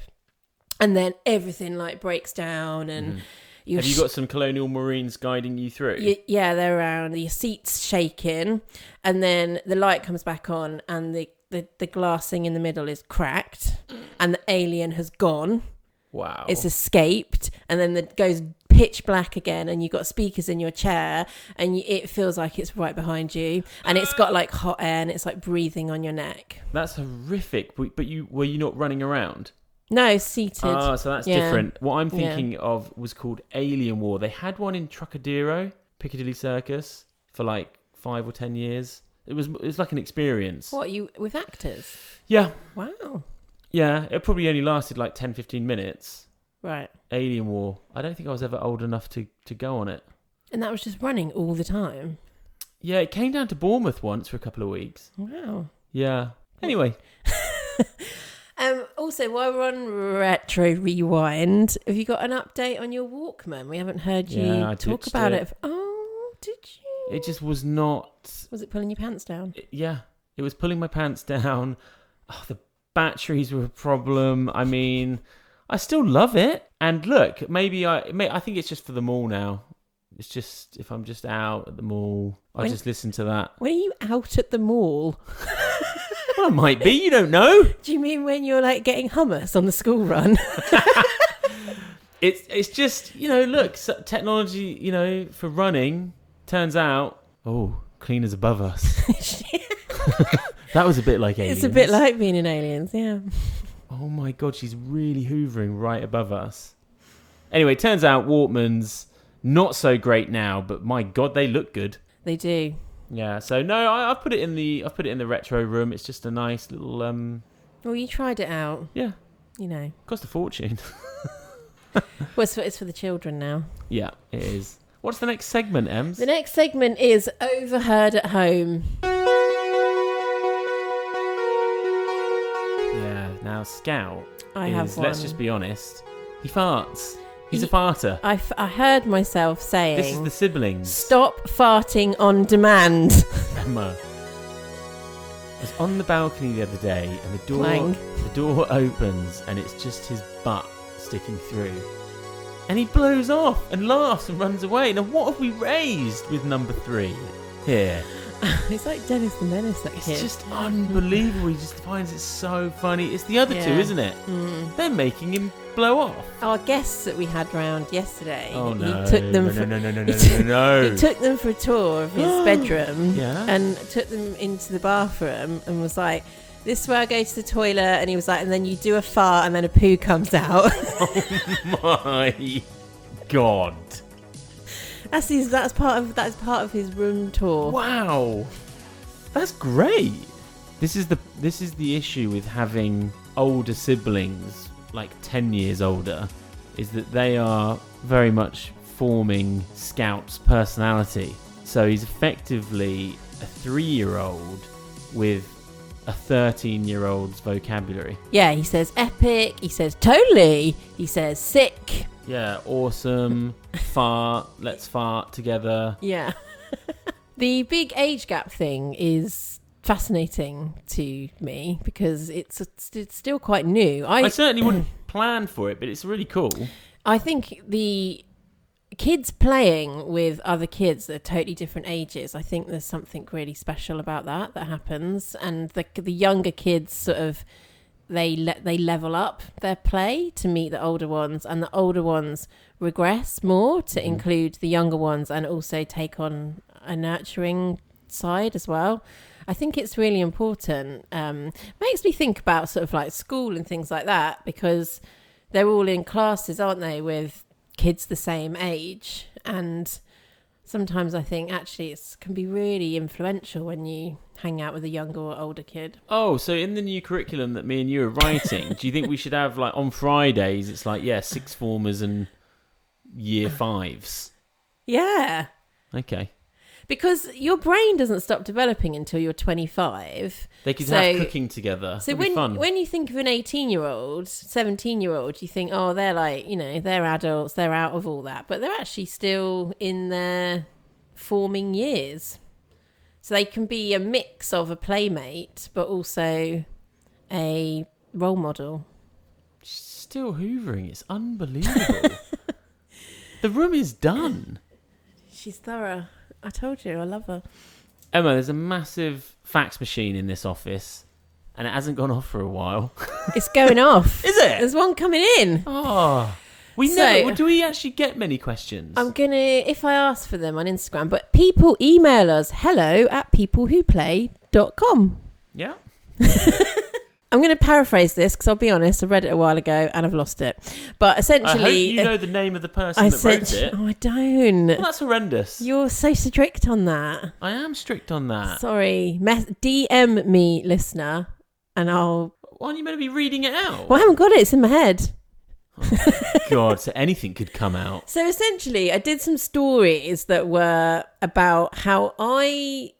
Speaker 1: and then everything like breaks down, and you're
Speaker 2: Mm. Have you
Speaker 1: sh-
Speaker 2: got some Colonial Marines guiding you through?
Speaker 1: Y yeah, they're around. Your seat's shaking, and then the light comes back on, and the the, the glassing in the middle is cracked,
Speaker 2: Mm.
Speaker 1: and the alien has gone.
Speaker 2: Wow.
Speaker 1: It's escaped, and then it goes pitch black again, and you've got speakers in your chair, and you, it feels like it's right behind you, and it's got like hot air, and it's like breathing on your neck.
Speaker 2: That's horrific. But but you were you not running around?
Speaker 1: No, seated.
Speaker 2: Ah, so that's
Speaker 1: Yeah.
Speaker 2: different. What I'm
Speaker 1: Yeah.
Speaker 2: thinking of was called Alien War. They had one in Trocadero, Piccadilly Circus, for like five or ten years. It was it was like an experience.
Speaker 1: What you with actors?
Speaker 2: Yeah,
Speaker 1: Wow.
Speaker 2: yeah. It probably only lasted like 10, 15 minutes.
Speaker 1: Right.
Speaker 2: Alien War. I don't think I was ever old enough to to go on it.
Speaker 1: And that was just running all the time.
Speaker 2: Yeah, it came down to Bournemouth once for a couple of weeks.
Speaker 1: Wow.
Speaker 2: Yeah. Anyway,
Speaker 1: Um, also, while we're on retro rewind, have you got an update on your Walkman? We haven't heard you
Speaker 2: Yeah, I
Speaker 1: talk
Speaker 2: ditched
Speaker 1: about
Speaker 2: it.
Speaker 1: it. Oh, did you?
Speaker 2: it just was not.
Speaker 1: was it pulling your pants down?
Speaker 2: it- yeah, it was pulling my pants down. Oh, the batteries were a problem. I mean, I still love it. And look, maybe I. May, I think it's just for the mall now. It's just if I'm just out at the mall, I
Speaker 1: When-
Speaker 2: just listen to that.
Speaker 1: When are you out at the mall?
Speaker 2: Well, I might be. You don't know.
Speaker 1: Do you mean when you're like getting hummus on the school run?
Speaker 2: It's it's just you know. Look, so- technology. You know, for running, turns out. Oh, cleaners above us. That was a bit like aliens.
Speaker 1: it's a bit like being in Aliens, yeah.
Speaker 2: Oh my god, she's really hoovering right above us. Anyway, turns out Walkman's not so great now, but my god, they look good.
Speaker 1: They do.
Speaker 2: Yeah, so no, I, I've put it in the I've put it in the retro room. It's just a nice little um
Speaker 1: Well, you tried it out,
Speaker 2: yeah,
Speaker 1: you know.
Speaker 2: cost a fortune.
Speaker 1: Well, it's for, it's for the children now.
Speaker 2: yeah, it is. What's the next segment, Ems?
Speaker 1: The next segment is Overheard at Home.
Speaker 2: yeah, now Scout.
Speaker 1: I
Speaker 2: is,
Speaker 1: have one.
Speaker 2: Let's just be honest. He farts. He's a
Speaker 1: He-
Speaker 2: farter.
Speaker 1: I, f- I heard myself saying.
Speaker 2: This is the siblings.
Speaker 1: Stop farting on demand.
Speaker 2: Emma. I was on the balcony the other day and the door
Speaker 1: Clang.
Speaker 2: the door opens and it's just his butt sticking through. And he blows off and laughs and runs away. Now what have we raised with number three here?
Speaker 1: it's like Dennis the Menace that
Speaker 2: It's
Speaker 1: kid.
Speaker 2: just unbelievable. He just finds it so funny. It's the other two,
Speaker 1: Yeah. Hmm.
Speaker 2: isn't it? They're making him blow off.
Speaker 1: Our guests that we had round yesterday.
Speaker 2: Oh
Speaker 1: he
Speaker 2: no.
Speaker 1: took them
Speaker 2: no,
Speaker 1: for
Speaker 2: no, no, no, no,
Speaker 1: he
Speaker 2: no,
Speaker 1: took-
Speaker 2: no, no.
Speaker 1: he took them for a tour of his bedroom
Speaker 2: Yeah.
Speaker 1: and took them into the bathroom and was like, This is where I go to the toilet and he was like, and then you do a fart and then a poo comes out.
Speaker 2: Oh, My God.
Speaker 1: that's his that's part of that's part of his room tour.
Speaker 2: Wow, that's great. This is the this is the issue with having older siblings, like ten years older, is that they are very much forming Scout's personality. So he's effectively a three-year-old with a thirteen-year-old's vocabulary.
Speaker 1: Yeah, he says epic, he says totally, he says sick.
Speaker 2: Yeah, awesome. fart. Let's fart together.
Speaker 1: Yeah. the big age gap thing is fascinating to me because it's, it's still quite new.
Speaker 2: I
Speaker 1: I
Speaker 2: certainly wouldn't plan for it, but it's really cool.
Speaker 1: I think the kids playing with other kids that are totally different ages. I think there's something really special about that that happens, and the the younger kids sort of they let they level up their play to meet the older ones, and the older ones regress more to include the younger ones, and also take on a nurturing side as well. I think it's really important. Um, makes me think about sort of like school and things like that because they're all in classes, aren't they, with kids the same age? And sometimes I think actually it can be really influential when you hang out with a younger or older kid.
Speaker 2: Oh, so in the new curriculum that me and you are writing, do you think we should have like on Fridays? It's like yeah, sixth formers and year fives.
Speaker 1: Yeah.
Speaker 2: Okay,
Speaker 1: Because your brain doesn't stop developing until you're 25.
Speaker 2: they could
Speaker 1: So-
Speaker 2: have cooking together.
Speaker 1: So
Speaker 2: That'd
Speaker 1: when
Speaker 2: be fun.
Speaker 1: when you think of an 18 year old, 17 year old, you think, oh, they're like, you know, they're adults, they're out of all that, but they're actually still in their forming years. So they can be a mix of a playmate, but also a role model.
Speaker 2: She's still hoovering. It's unbelievable. the room is done.
Speaker 1: She's thorough. I told you, I love her.
Speaker 2: Emma, there's a massive fax machine in this office, and it hasn't gone off for a while.
Speaker 1: It's going off.
Speaker 2: Is it?
Speaker 1: There's one coming in.
Speaker 2: Oh, we
Speaker 1: So-
Speaker 2: never. do we actually get many questions?
Speaker 1: I'm gonna if I ask for them on Instagram, but people email us hello at peoplewhoplay.com.
Speaker 2: yeah.
Speaker 1: I'm going to paraphrase this because I'll be honest, I read it a while ago and I've lost it. But
Speaker 2: I hope
Speaker 1: essentially,
Speaker 2: you know the name of the person
Speaker 1: uh, I
Speaker 2: that wrote
Speaker 1: said,
Speaker 2: it.
Speaker 1: oh, I don't.
Speaker 2: Well, that's horrendous.
Speaker 1: You're so strict on that.
Speaker 2: I am strict on that.
Speaker 1: Sorry. Mess DM me, listener, and I'll.
Speaker 2: Why aren't you meant to be reading it out?
Speaker 1: Well, I haven't got it. It's in my head.
Speaker 2: God, so anything could come out.
Speaker 1: So essentially, I did some stories that were about how I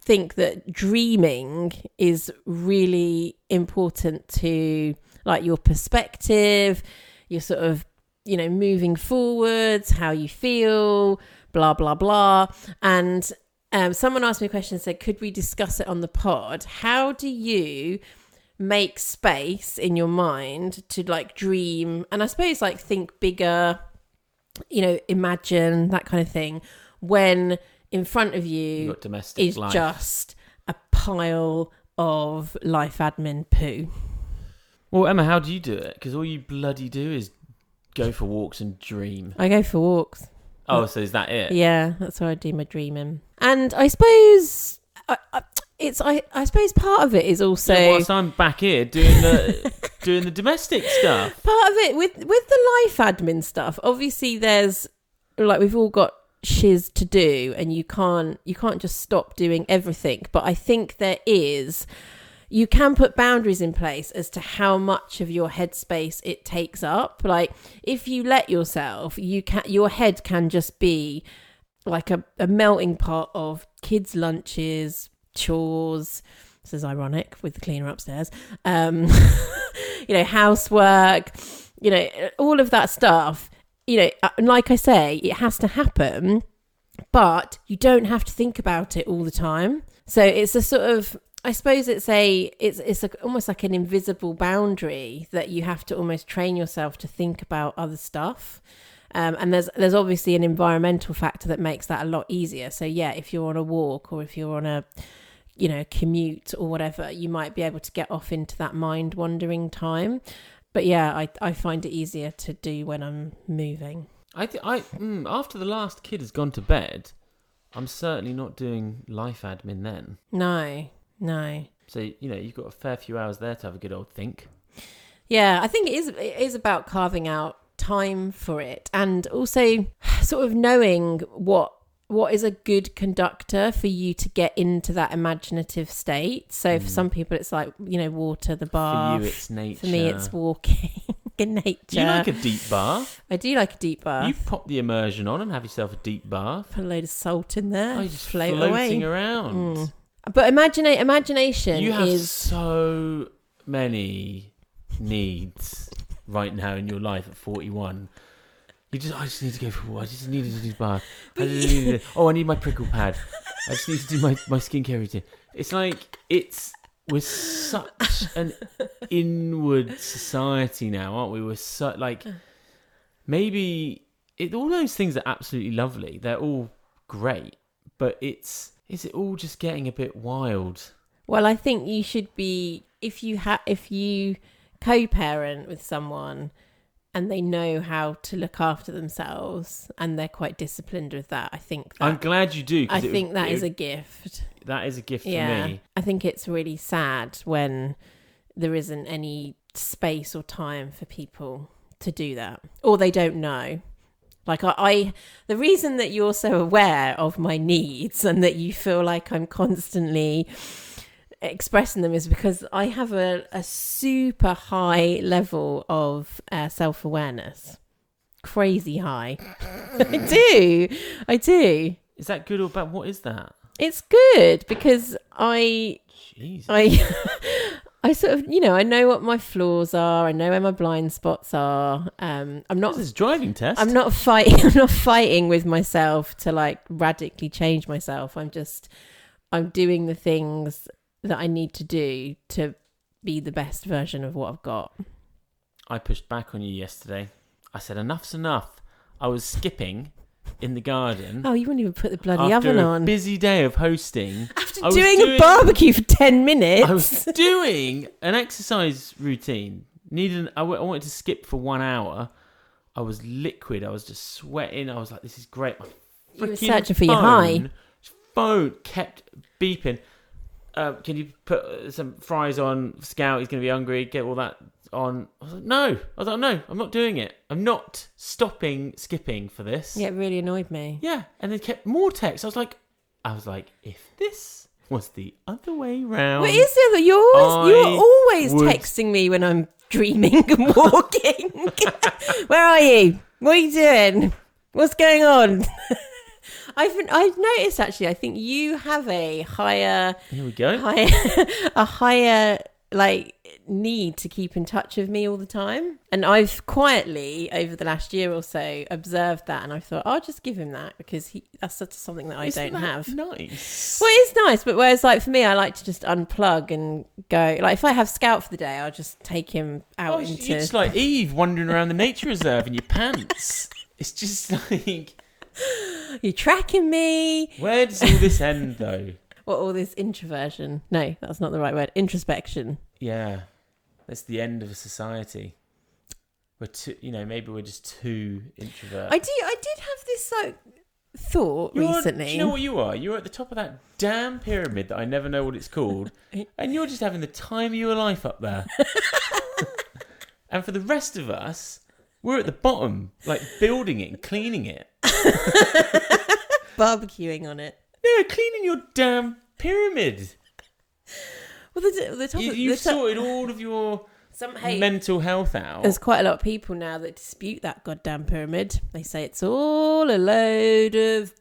Speaker 1: think that dreaming is really important to like your perspective, your sort of, you know, moving forwards, how you feel, blah, blah, blah. And um, someone asked me a question and said, could we discuss it on the pod? How do you make space in your mind to like dream and I suppose like think bigger? you know, imagine that kind of thing when in front of
Speaker 2: You've
Speaker 1: you
Speaker 2: got domestic
Speaker 1: is
Speaker 2: life.
Speaker 1: just a pile of life admin poo.
Speaker 2: Well, Emma, how do you do it? Because all you bloody do is go for walks and dream.
Speaker 1: I go for walks.
Speaker 2: Oh, so is that it?
Speaker 1: Yeah, that's where I do my dreaming. And I suppose I, I, it's I, I suppose part of it is also
Speaker 2: So whilst I'm back here doing the doing the domestic stuff.
Speaker 1: part of it with with the life admin stuff obviously there's like we've all got shiz to do and you can't you can't just stop doing everything but i think there is you can put boundaries in place as to how much of your headspace it takes up like if you let yourself you can your head can just be like a, a melting pot of kids lunches chores this is ironic with the cleaner upstairs um you know housework you know all of that stuff you know uh, like i say it has to happen but you don't have to think about it all the time so it's a sort of i suppose it's a it's it's a, almost like an invisible boundary that you have to almost train yourself to think about other stuff um, and there's there's obviously an environmental factor that makes that a lot easier so yeah if you're on a walk or if you're on a you know commute or whatever you might be able to get off into that mind wandering time but yeah I, I find it easier to do when i'm moving
Speaker 2: I th- I mm, after the last kid has gone to bed, I'm certainly not doing life admin then.
Speaker 1: no no
Speaker 2: So you know you've got a fair few hours there to have a good old think.
Speaker 1: yeah i think it is it is about carving out time for it and also sort of knowing what what is a good conductor for you to get into that imaginative state so for
Speaker 2: Mm.
Speaker 1: some people it's like you know water the
Speaker 2: For
Speaker 1: bath
Speaker 2: you, it's nature.
Speaker 1: Ah, For me it's walking in nature
Speaker 2: Do you like a deep bath?
Speaker 1: i do like a deep bath
Speaker 2: You pop the immersion on and have yourself a deep bath.
Speaker 1: put a load of salt in there
Speaker 2: Oh, you're
Speaker 1: and
Speaker 2: just
Speaker 1: float away
Speaker 2: floating around.
Speaker 1: Mm. but imagine imagination
Speaker 2: You have
Speaker 1: is
Speaker 2: so many needs right now in your life at 41. You just, I just need to go for a walk. I just need to do bath. I just need to, oh, I need my prickle pad. I just need to do my, my skincare routine. It's like, it's, we're such an inward society now, aren't we? We're so, like, maybe it, all those things are absolutely lovely. They're all great, but it's, is it all just getting a bit wild?
Speaker 1: well i think you should be if you ha- if you co-parent with someone and they know how to look after themselves and they're quite disciplined with that i think that
Speaker 2: I'm glad you do. 'cause
Speaker 1: i
Speaker 2: it would-
Speaker 1: think that
Speaker 2: it
Speaker 1: is a
Speaker 2: would-
Speaker 1: gift
Speaker 2: that is a gift
Speaker 1: yeah
Speaker 2: for me.
Speaker 1: i think it's really sad when there isn't any space or time for people to do that or they don't know like I, I the reason that you're so aware of my needs and that you feel like i'm constantly expressing them is because i have a, a super high level of uh, self-awareness crazy high i do i do
Speaker 2: Is that good or bad? What is that?
Speaker 1: it's good because i
Speaker 2: Jeez.
Speaker 1: I I sort of you know I know what my flaws are. I know where my blind spots are. Um, I'm not.
Speaker 2: What's this driving test?
Speaker 1: I'm not fighting. I'm not fighting with myself to like radically change myself. I'm just. I'm doing the things that I need to do to be the best version of what I've got.
Speaker 2: I pushed back on you yesterday. I said enough's enough. I was skipping in the garden
Speaker 1: Oh, you wouldn't even put the bloody
Speaker 2: after
Speaker 1: oven
Speaker 2: a
Speaker 1: on.
Speaker 2: busy day of hosting.
Speaker 1: After
Speaker 2: I was
Speaker 1: doing, a
Speaker 2: doing-
Speaker 1: barbecue for ten minutes.
Speaker 2: I was doing an exercise routine. Needed. I wa- I wanted to skip for one hour. I was liquid. I was just sweating. I was like, "This is great." My
Speaker 1: You were
Speaker 2: freaking
Speaker 1: searching for your high.
Speaker 2: phone- Phone kept beeping. uh, can you put uh, some fries on Scout? He's going to be hungry. Get all that on. I was like, no. I was like, no, I'm not doing it. I'm not stopping skipping for this.
Speaker 1: Yeah, it really annoyed me.
Speaker 2: Yeah, and they kept more text. I was like, I was like, if this was the other way round,
Speaker 1: What is it that you're always,
Speaker 2: Um, I
Speaker 1: you're always
Speaker 2: would-
Speaker 1: texting me when I'm dreaming and walking? Where are you? What are you doing? What's going on? I've I've noticed actually. I think you have a higher
Speaker 2: here we go.
Speaker 1: higher a higher like need to keep in touch with me all the time and i've quietly over the last year or so observed that and i thought i'll just give him that because he that's such something that i
Speaker 2: Isn't
Speaker 1: don't
Speaker 2: that
Speaker 1: have
Speaker 2: Nice.
Speaker 1: well, it's nice, but whereas like for me, I like to just unplug and go. Like if I have Scout for the day, I'll just take him out
Speaker 2: Oh,
Speaker 1: into.
Speaker 2: You're just like Eve wandering around the nature reserve in your pants. It's just like,
Speaker 1: You're tracking me.
Speaker 2: where does all this end, though?
Speaker 1: What all this introversion? No, that's not the right word. Introspection.
Speaker 2: Yeah, that's the end of a society. We're too, you know, maybe we're just too introvert.
Speaker 1: I do. I did have this like thought
Speaker 2: You're-
Speaker 1: recently.
Speaker 2: do you know what you are? You're at the top of that damn pyramid that I never know what it's called, and you're just having the time of your life up there. and for the rest of us, we're at the bottom, like building it and cleaning it.
Speaker 1: Barbecuing on it.
Speaker 2: No, cleaning your damn pyramid.
Speaker 1: Well, the, the top.
Speaker 2: You,
Speaker 1: of,
Speaker 2: you've
Speaker 1: the top
Speaker 2: sorted all of your
Speaker 1: some hate.
Speaker 2: mental health out.
Speaker 1: There's quite a lot of people now that dispute that goddamn pyramid. They say it's all a load of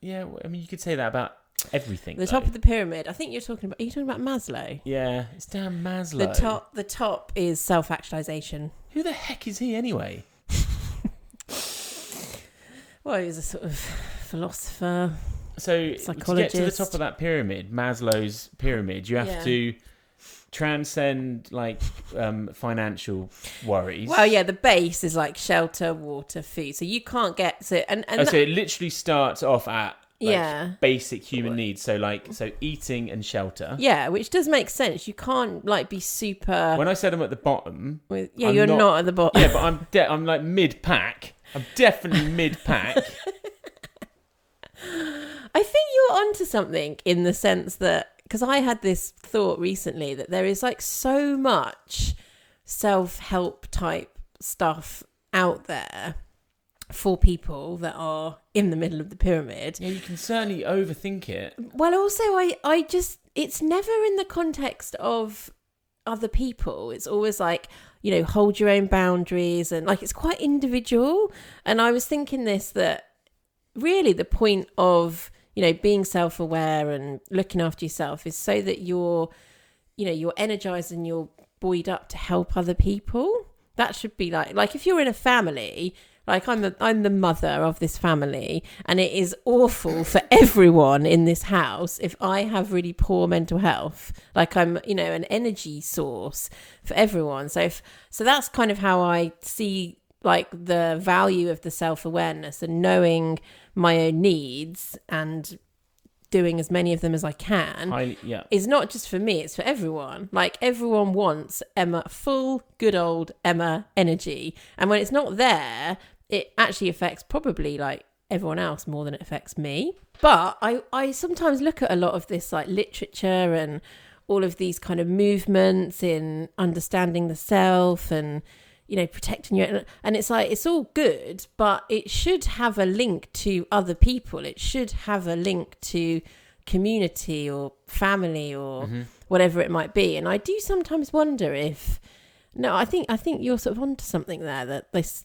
Speaker 2: Yeah, well, I mean, you could say that about everything.
Speaker 1: the
Speaker 2: though.
Speaker 1: top of the pyramid. I think you're talking about. Are you talking about Maslow?
Speaker 2: Yeah, it's damn Maslow.
Speaker 1: The top, the top is self-actualization.
Speaker 2: Who the heck is he anyway?
Speaker 1: Well, he was a sort of philosopher.
Speaker 2: So to get to the
Speaker 1: Psychologist.
Speaker 2: top of that pyramid, Maslow's pyramid, you have
Speaker 1: Yeah.
Speaker 2: to transcend like um, financial worries.
Speaker 1: Well, yeah, the base is like shelter, water, food. So you can't get so and and
Speaker 2: Oh,
Speaker 1: that-
Speaker 2: so it literally starts off at like,
Speaker 1: Yeah.
Speaker 2: basic human needs. So like so eating and shelter.
Speaker 1: yeah, which does make sense. You can't like be super.
Speaker 2: When I said I'm at the bottom,
Speaker 1: with, yeah,
Speaker 2: I'm
Speaker 1: you're
Speaker 2: not-
Speaker 1: not, at the bottom.
Speaker 2: yeah, but I'm de- I'm like mid pack. I'm definitely mid pack.
Speaker 1: I think you're onto something in the sense that because I had this thought recently that there is like so much self-help type stuff out there for people that are in the middle of the pyramid
Speaker 2: yeah, you can certainly overthink it.
Speaker 1: Well, also, I, I just, it's never in the context of other people. It's always like, you know, hold your own boundaries and like it's quite individual. And I was thinking this that really the point of, you know, being self aware and looking after yourself is so that you're, you know, you're energized and you're buoyed up to help other people. That should be like, like if you're in a family, like I'm the I'm the mother of this family, and it is awful for everyone in this house if I have really poor mental health. Like I'm, you know, an energy source for everyone. So if so, that's kind of how I see like the value of the self awareness and knowing my own needs and doing as many of them as I can
Speaker 2: I yeah.
Speaker 1: is not just for me, it's for everyone. Like everyone wants Emma full good old Emma energy. And when it's not there, it actually affects probably like everyone else more than it affects me. But I I sometimes look at a lot of this like literature and all of these kind of movements in understanding the self and you know protecting your and it's like it's all good but it should have a link to other people it should have a link to community or family or whatever it might be and i do sometimes wonder if no i think i think you're sort of onto something there that this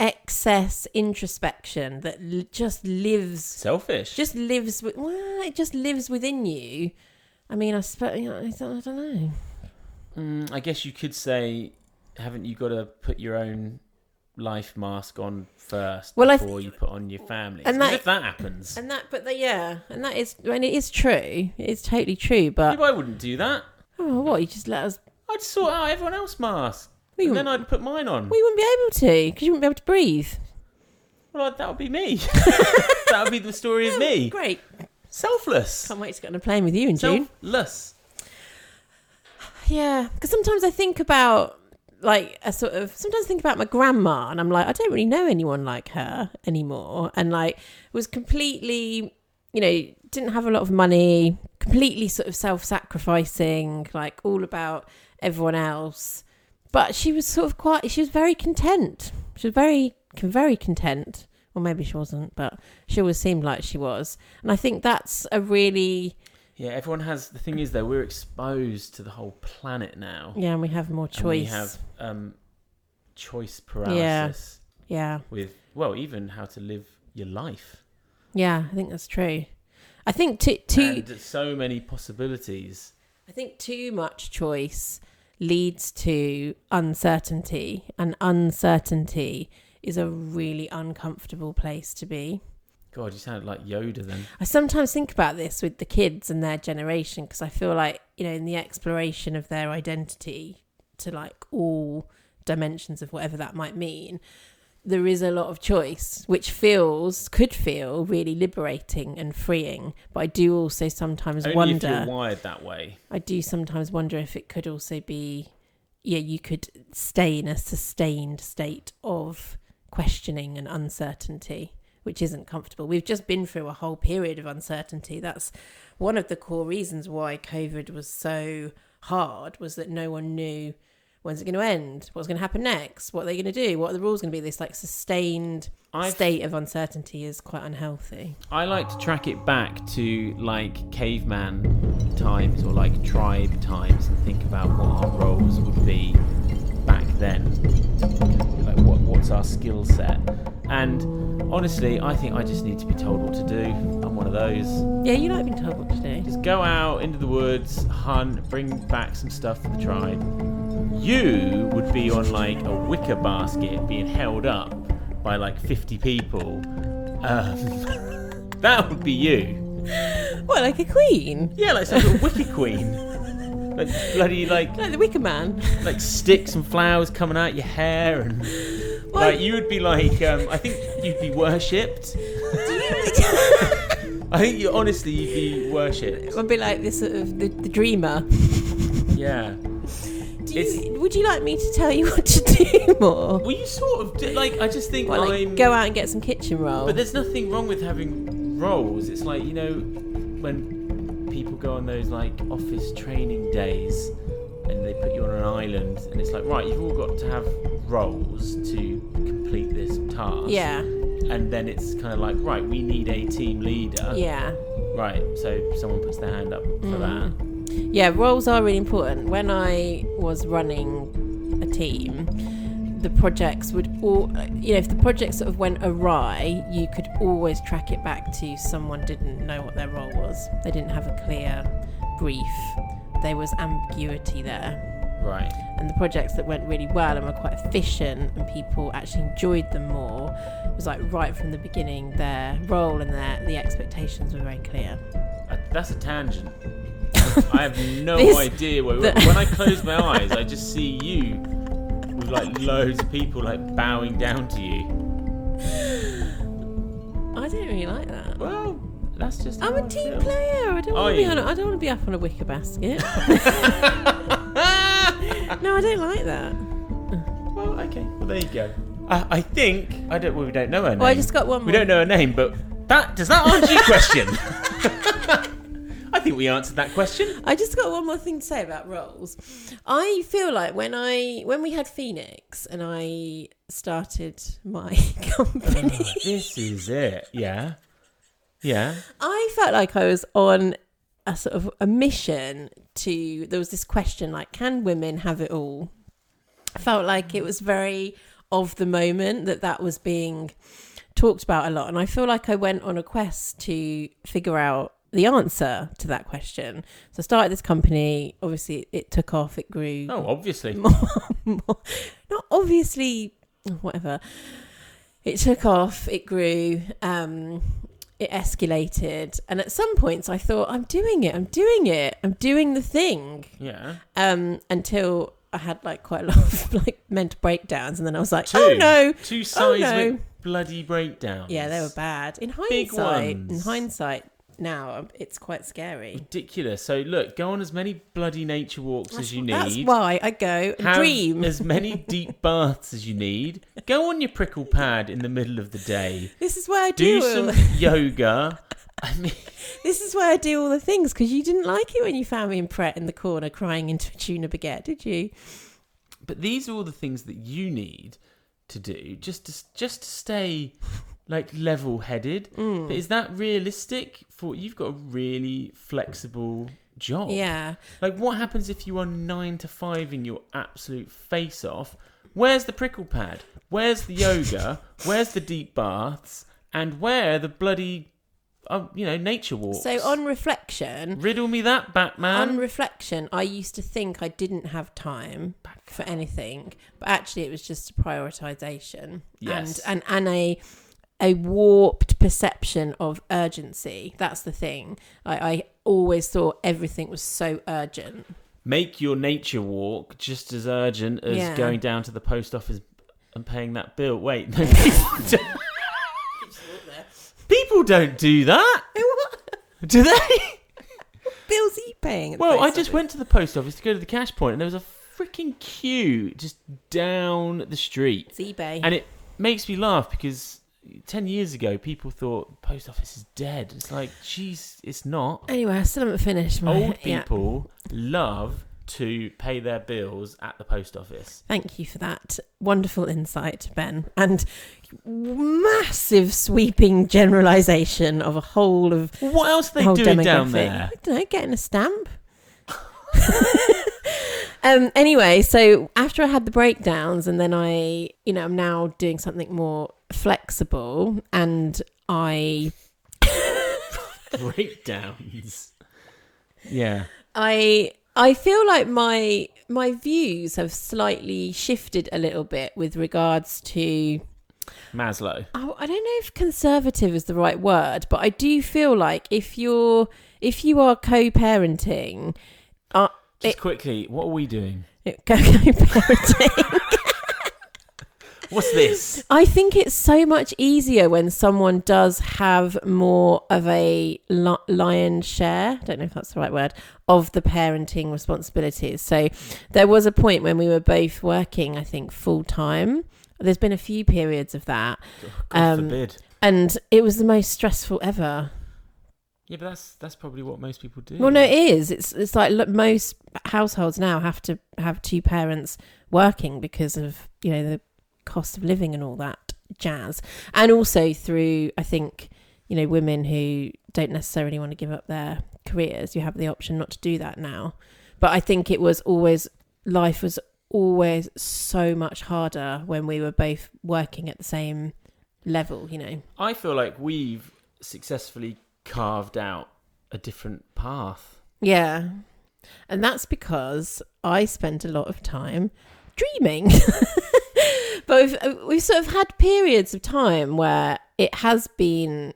Speaker 1: excess introspection that l- just lives
Speaker 2: Selfish.
Speaker 1: just lives with well, it just lives within you i mean i suppose you know, i don't know
Speaker 2: Mm, I guess you could say, haven't you got to put your own life mask on first
Speaker 1: Well, I
Speaker 2: before you put on your family?
Speaker 1: and
Speaker 2: And
Speaker 1: that-
Speaker 2: if that happens,
Speaker 1: And that, but the, yeah, and that is, and it is true. It's totally true.
Speaker 2: Yeah,
Speaker 1: But
Speaker 2: but I wouldn't do that.
Speaker 1: oh, what you just let us?
Speaker 2: I'd sort out everyone else's mask,
Speaker 1: We
Speaker 2: and then I'd put mine on.
Speaker 1: We wouldn't be able to because you wouldn't be able to breathe.
Speaker 2: Well, that would be me. that would be the story of me.
Speaker 1: Great!
Speaker 2: Selfless.
Speaker 1: Can't wait to get on a plane with you in June.
Speaker 2: Selfless.
Speaker 1: Yeah, because sometimes I think about like a sort of sometimes I think about my grandma and I'm like I don't really know anyone like her anymore and like was completely you know, didn't have a lot of money, completely sort of self sacrificing, like all about everyone else. But she was sort of quite, she was very content. She was very, very content. Well, maybe she wasn't, but she always seemed like she was. And I think that's a really,
Speaker 2: Yeah, everyone has. The thing is, though, we're exposed to the whole planet now.
Speaker 1: yeah, and we have more
Speaker 2: And we
Speaker 1: choice.
Speaker 2: have um, choice paralysis
Speaker 1: yeah.
Speaker 2: with, well, even how to live your life.
Speaker 1: Yeah, I think that's true. I think too, too
Speaker 2: And so many possibilities.
Speaker 1: I think too much choice leads to uncertainty, and uncertainty is a really uncomfortable place to be.
Speaker 2: God, you sound like Yoda then.
Speaker 1: I sometimes think about this with the kids and their generation because I feel like, you know, in the exploration of their identity to like all dimensions of whatever that might mean, there is a lot of choice, which feels, could feel really liberating and freeing. But I do also sometimes
Speaker 2: Only
Speaker 1: wonder.
Speaker 2: if you're wired that way.
Speaker 1: I do sometimes wonder if it could also be, yeah, you could stay in a sustained state of questioning and uncertainty, which isn't comfortable. We've just been through a whole period of uncertainty. That's one of the core reasons why COVID was so hard was that no one knew when's it going to end, what's going to happen next, what are they going to do, what are the rules going to be. This like sustained
Speaker 2: I
Speaker 1: state of uncertainty is quite unhealthy.
Speaker 2: I like to track it back to like caveman times or like tribe times and think about what our roles would be back then. Like what, what's our skill set? And honestly, I think I just need to be told what to do. I'm one of those.
Speaker 1: Yeah, you like being told what to do.
Speaker 2: Just go out into the woods, hunt, bring back some stuff for the tribe. You would be on like a wicker basket being held up by like 50 people. Um, that would be you.
Speaker 1: What, like a queen?
Speaker 2: Yeah, like some sort of wicked queen. Like bloody like
Speaker 1: Like the Wicker Man.
Speaker 2: like sticks and flowers coming out your hair and
Speaker 1: Well,
Speaker 2: like you would be like um, I think you'd be worshipped. I think you honestly you'd be worshipped.
Speaker 1: I'd be like this sort of the, the dreamer.
Speaker 2: Yeah.
Speaker 1: Do you,
Speaker 2: It's-
Speaker 1: would you like me to tell you what to do more?
Speaker 2: Well, you sort of did, like I just think
Speaker 1: Or
Speaker 2: I'm
Speaker 1: like go out and get some kitchen roll.
Speaker 2: But there's nothing wrong with having roles. It's like, you know, when people go on those like office training days and they put you on an island and it's like, right, you've all got to have roles to complete this task.
Speaker 1: yeah,
Speaker 2: And then it's kind of like, right, we need a team leader.
Speaker 1: yeah,
Speaker 2: Right, so someone puts their hand up for
Speaker 1: Mm.
Speaker 2: that.
Speaker 1: yeah. Roles are really important. When I was running a team, the projects would all, you know, if the project sort of went awry, you could always track it back to someone didn't know what their role was. They didn't have a clear brief. There was ambiguity there.
Speaker 2: Right.
Speaker 1: and the projects that went really well and were quite efficient and people actually enjoyed them more it was like right from the beginning their role and their the expectations were very clear
Speaker 2: Uh, That's a tangent. I have no
Speaker 1: This-
Speaker 2: idea where
Speaker 1: the-
Speaker 2: when I close my eyes, I just see you with like loads of people like bowing down to you.
Speaker 1: i didn't really like that Oh,
Speaker 2: Well, that's just.
Speaker 1: i'm
Speaker 2: how I
Speaker 1: a team
Speaker 2: feel.
Speaker 1: player i don't
Speaker 2: Are
Speaker 1: want to be
Speaker 2: you?
Speaker 1: on a, i don't want to be up on a wicker basket no i don't like that
Speaker 2: well, okay. Well, there you go. I, I think I don't. Well, we don't know her name.
Speaker 1: well Oh, i just got one more
Speaker 2: we don't know her name, but that does that answer your question? I think we answered that question.
Speaker 1: I just got one more thing to say about roles. I feel like when I when we had Phoenix and I started my company,
Speaker 2: this is it. Yeah. Yeah.
Speaker 1: I felt like I was on a sort of a mission to there was this question like can women have it all? I felt like it was very of the moment that that was being talked about a lot and I feel like I went on a quest to figure out the answer to that question. So I started this company, obviously it took off, it grew
Speaker 2: Oh, obviously.
Speaker 1: more, more not obviously whatever it took off it grew um it escalated and at some points i thought i'm doing it i'm doing it i'm doing the thing
Speaker 2: Yeah.
Speaker 1: um until i had like quite a lot of like mental breakdowns and then i was like
Speaker 2: Two.
Speaker 1: oh no
Speaker 2: Two
Speaker 1: Oh,
Speaker 2: seismic
Speaker 1: no.
Speaker 2: bloody breakdowns.
Speaker 1: yeah they were bad in
Speaker 2: Big
Speaker 1: hindsight in
Speaker 2: ones.
Speaker 1: hindsight now it's quite scary
Speaker 2: ridiculous. So look, go on as many bloody nature walks as you need.
Speaker 1: that's why i go and
Speaker 2: Have
Speaker 1: dream
Speaker 2: as many deep baths as you need. Go on your prickle pad in the middle of the day.
Speaker 1: this is where i
Speaker 2: Do
Speaker 1: do,
Speaker 2: some yoga. I mean,
Speaker 1: This is where I do all the things because you didn't like it when you found me in Pret in the corner crying into a tuna baguette, did you?
Speaker 2: but these are all the things that you need to do just to just to stay like level-headed.
Speaker 1: Mm.
Speaker 2: But is that realistic? For you've got a really flexible job.
Speaker 1: Yeah.
Speaker 2: Like, what happens if you are nine to five in your absolute face off? Where's the prickle pad? Where's the yoga? Where's the deep baths? And where the bloody, um, you know, nature walks?
Speaker 1: So on reflection,
Speaker 2: riddle me that, Batman.
Speaker 1: on reflection, I used to think I didn't have time for anything, but actually it was just a prioritization
Speaker 2: Yes.
Speaker 1: and and and a a warped perception of urgency. That's the thing. I, I always thought everything was so urgent.
Speaker 2: Make your nature walk just as urgent as
Speaker 1: Yeah.
Speaker 2: going down to the post office and paying that bill. Wait, no, people don't do that, do they?
Speaker 1: Bills e paying.
Speaker 2: Well, I just went to the post office to go to the cash point, and there was a freaking queue just down the street.
Speaker 1: It's eBay.
Speaker 2: And it makes me laugh because 10 years ago, people thought post office is dead. It's like, jeez, it's not.
Speaker 1: anyway, I still haven't finished my
Speaker 2: Old
Speaker 1: yeah.
Speaker 2: people love to pay their bills at the post office.
Speaker 1: Thank you for that wonderful insight, Ben, and massive sweeping generalisation of a whole of
Speaker 2: What else are they
Speaker 1: whole
Speaker 2: doing
Speaker 1: demographic.
Speaker 2: down there?
Speaker 1: I don't know, getting a stamp. um. Anyway, so after I had the breakdowns, and then I, you know, I'm now doing something more flexible, and I,
Speaker 2: Breakdowns. Yeah.
Speaker 1: I, I feel like my my views have slightly shifted a little bit with regards to
Speaker 2: Maslow.
Speaker 1: Oh, I don't know if conservative is the right word, but I do feel like if you're if you are co-parenting, uh,
Speaker 2: Just
Speaker 1: It-
Speaker 2: quickly, what are we doing?
Speaker 1: co-parenting,
Speaker 2: What's this?
Speaker 1: I think it's so much easier when someone does have more of a li- lion share. I don't know if that's the right word of the parenting responsibilities. So there was a point when we were both working, I think, full time. There's been a few periods of that,
Speaker 2: Oh, God
Speaker 1: Um,
Speaker 2: forbid.
Speaker 1: and it was the most stressful ever.
Speaker 2: Yeah, but that's that's probably what most people do.
Speaker 1: Well, no, it is. It's it's like look, most households now have to have two parents working because of you know the cost of living and all that jazz, and also through I think you know women who don't necessarily want to give up their careers, you have the option not to do that now. But I think it was always life was always so much harder when we were both working at the same level, you know.
Speaker 2: I feel like we've successfully carved out a different path.
Speaker 1: Yeah. And that's because I spend a lot of time dreaming. but we've, uh, we've sort of had periods of time where it has been,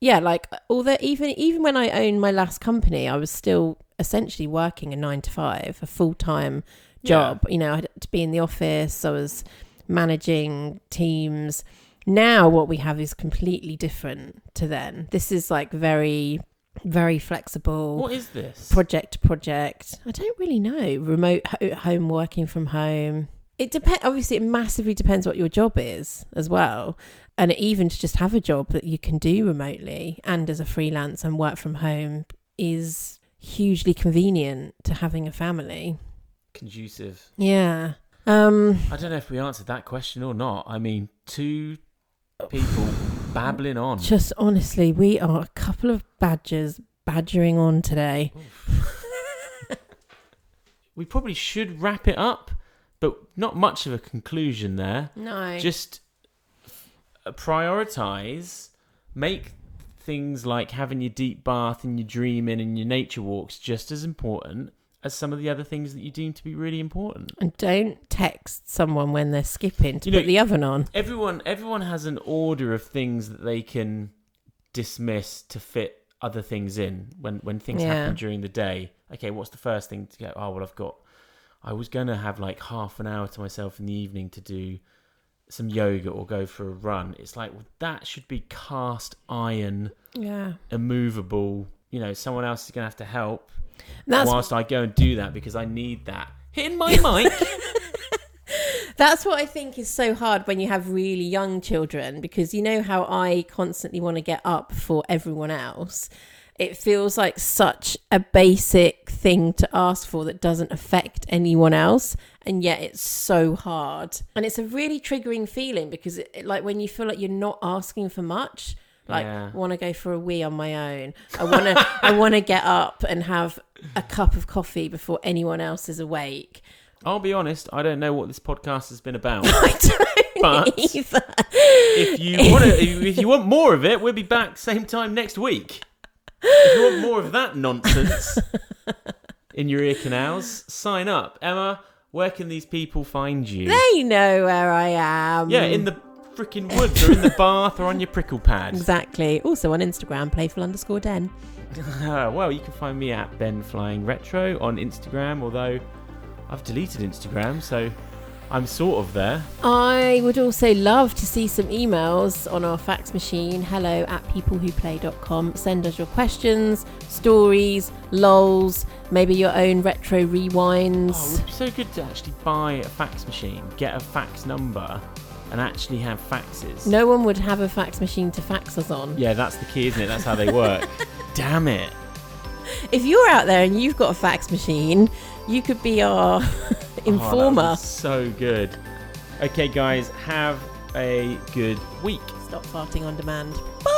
Speaker 1: yeah, like, although even, even when I owned my last company, I was still essentially working a nine to five, a full time job. You know, I had to be in the office, I was managing teams. Now, what we have is completely different to then. This is like very, very flexible
Speaker 2: What is this?
Speaker 1: project to project. I don't really know. Remote ho- home working from home. It depends. Obviously, it massively depends what your job is as well, and even to just have a job that you can do remotely and as a freelance and work from home is hugely convenient to having a family.
Speaker 2: Conducive.
Speaker 1: Yeah. Um.
Speaker 2: I don't know if we answered that question or not. I mean, two people babbling on.
Speaker 1: Just honestly, we are a couple of badgers badgering on today.
Speaker 2: We probably should wrap it up, but not much of a conclusion there.
Speaker 1: No.
Speaker 2: Just uh, prioritize, make things like having your deep bath and your dreaming and your nature walks just as important as some of the other things that you deem to be really important.
Speaker 1: and don't text someone when they're skipping to
Speaker 2: You know,
Speaker 1: put the oven on.
Speaker 2: everyone everyone has an order of things that they can dismiss to fit other things in when when things
Speaker 1: Yeah.
Speaker 2: happen during the day okay what's the first thing to go oh well i've got i was gonna have like half an hour to myself in the evening to do some yoga or go for a run it's like well, that should be cast iron
Speaker 1: Yeah.
Speaker 2: immovable you know someone else is gonna have to help
Speaker 1: That's
Speaker 2: whilst i go and do that because i need that hitting my mic
Speaker 1: That's what I think is so hard when you have really young children because you know how I constantly want to get up for everyone else. It feels like such a basic thing to ask for that doesn't affect anyone else. And yet it's so hard. And it's a really triggering feeling because, it, it- like, when you feel like you're not asking for much, like
Speaker 2: Yeah.
Speaker 1: want to go for a wee on my own. I want to I want to get up and have a cup of coffee before anyone else is awake.
Speaker 2: I'll be honest, I don't know what this podcast has been about.
Speaker 1: I don't
Speaker 2: But-
Speaker 1: either.
Speaker 2: if you want to, if you want more of it, we'll be back same time next week. If you want more of that nonsense in your ear canals, sign up. Emma, where can these people find you?
Speaker 1: They know where I am.
Speaker 2: yeah, in the freaking woods, or in the bath, or on your prickle pad.
Speaker 1: exactly. Also on Instagram, playful underscore den.
Speaker 2: Ah, well, you can find me at Ben Flying Retro on Instagram. Although I've deleted Instagram, so I'm sort of there.
Speaker 1: I would also love to see some emails on our fax machine, hello at peoplewhoplay.com. Send us your questions, stories, lols, maybe your own retro rewinds.
Speaker 2: Oh, it would be so good to actually buy a fax machine, get a fax number, and actually have faxes.
Speaker 1: No one would have a fax machine to fax us on.
Speaker 2: Yeah, that's the key, isn't it? That's how they work. Damn it.
Speaker 1: If you're out there and you've got a fax machine, you could be our
Speaker 2: Oh, that
Speaker 1: informer.
Speaker 2: was so good. Okay, guys, have a good week.
Speaker 1: Stop farting on demand. Bye!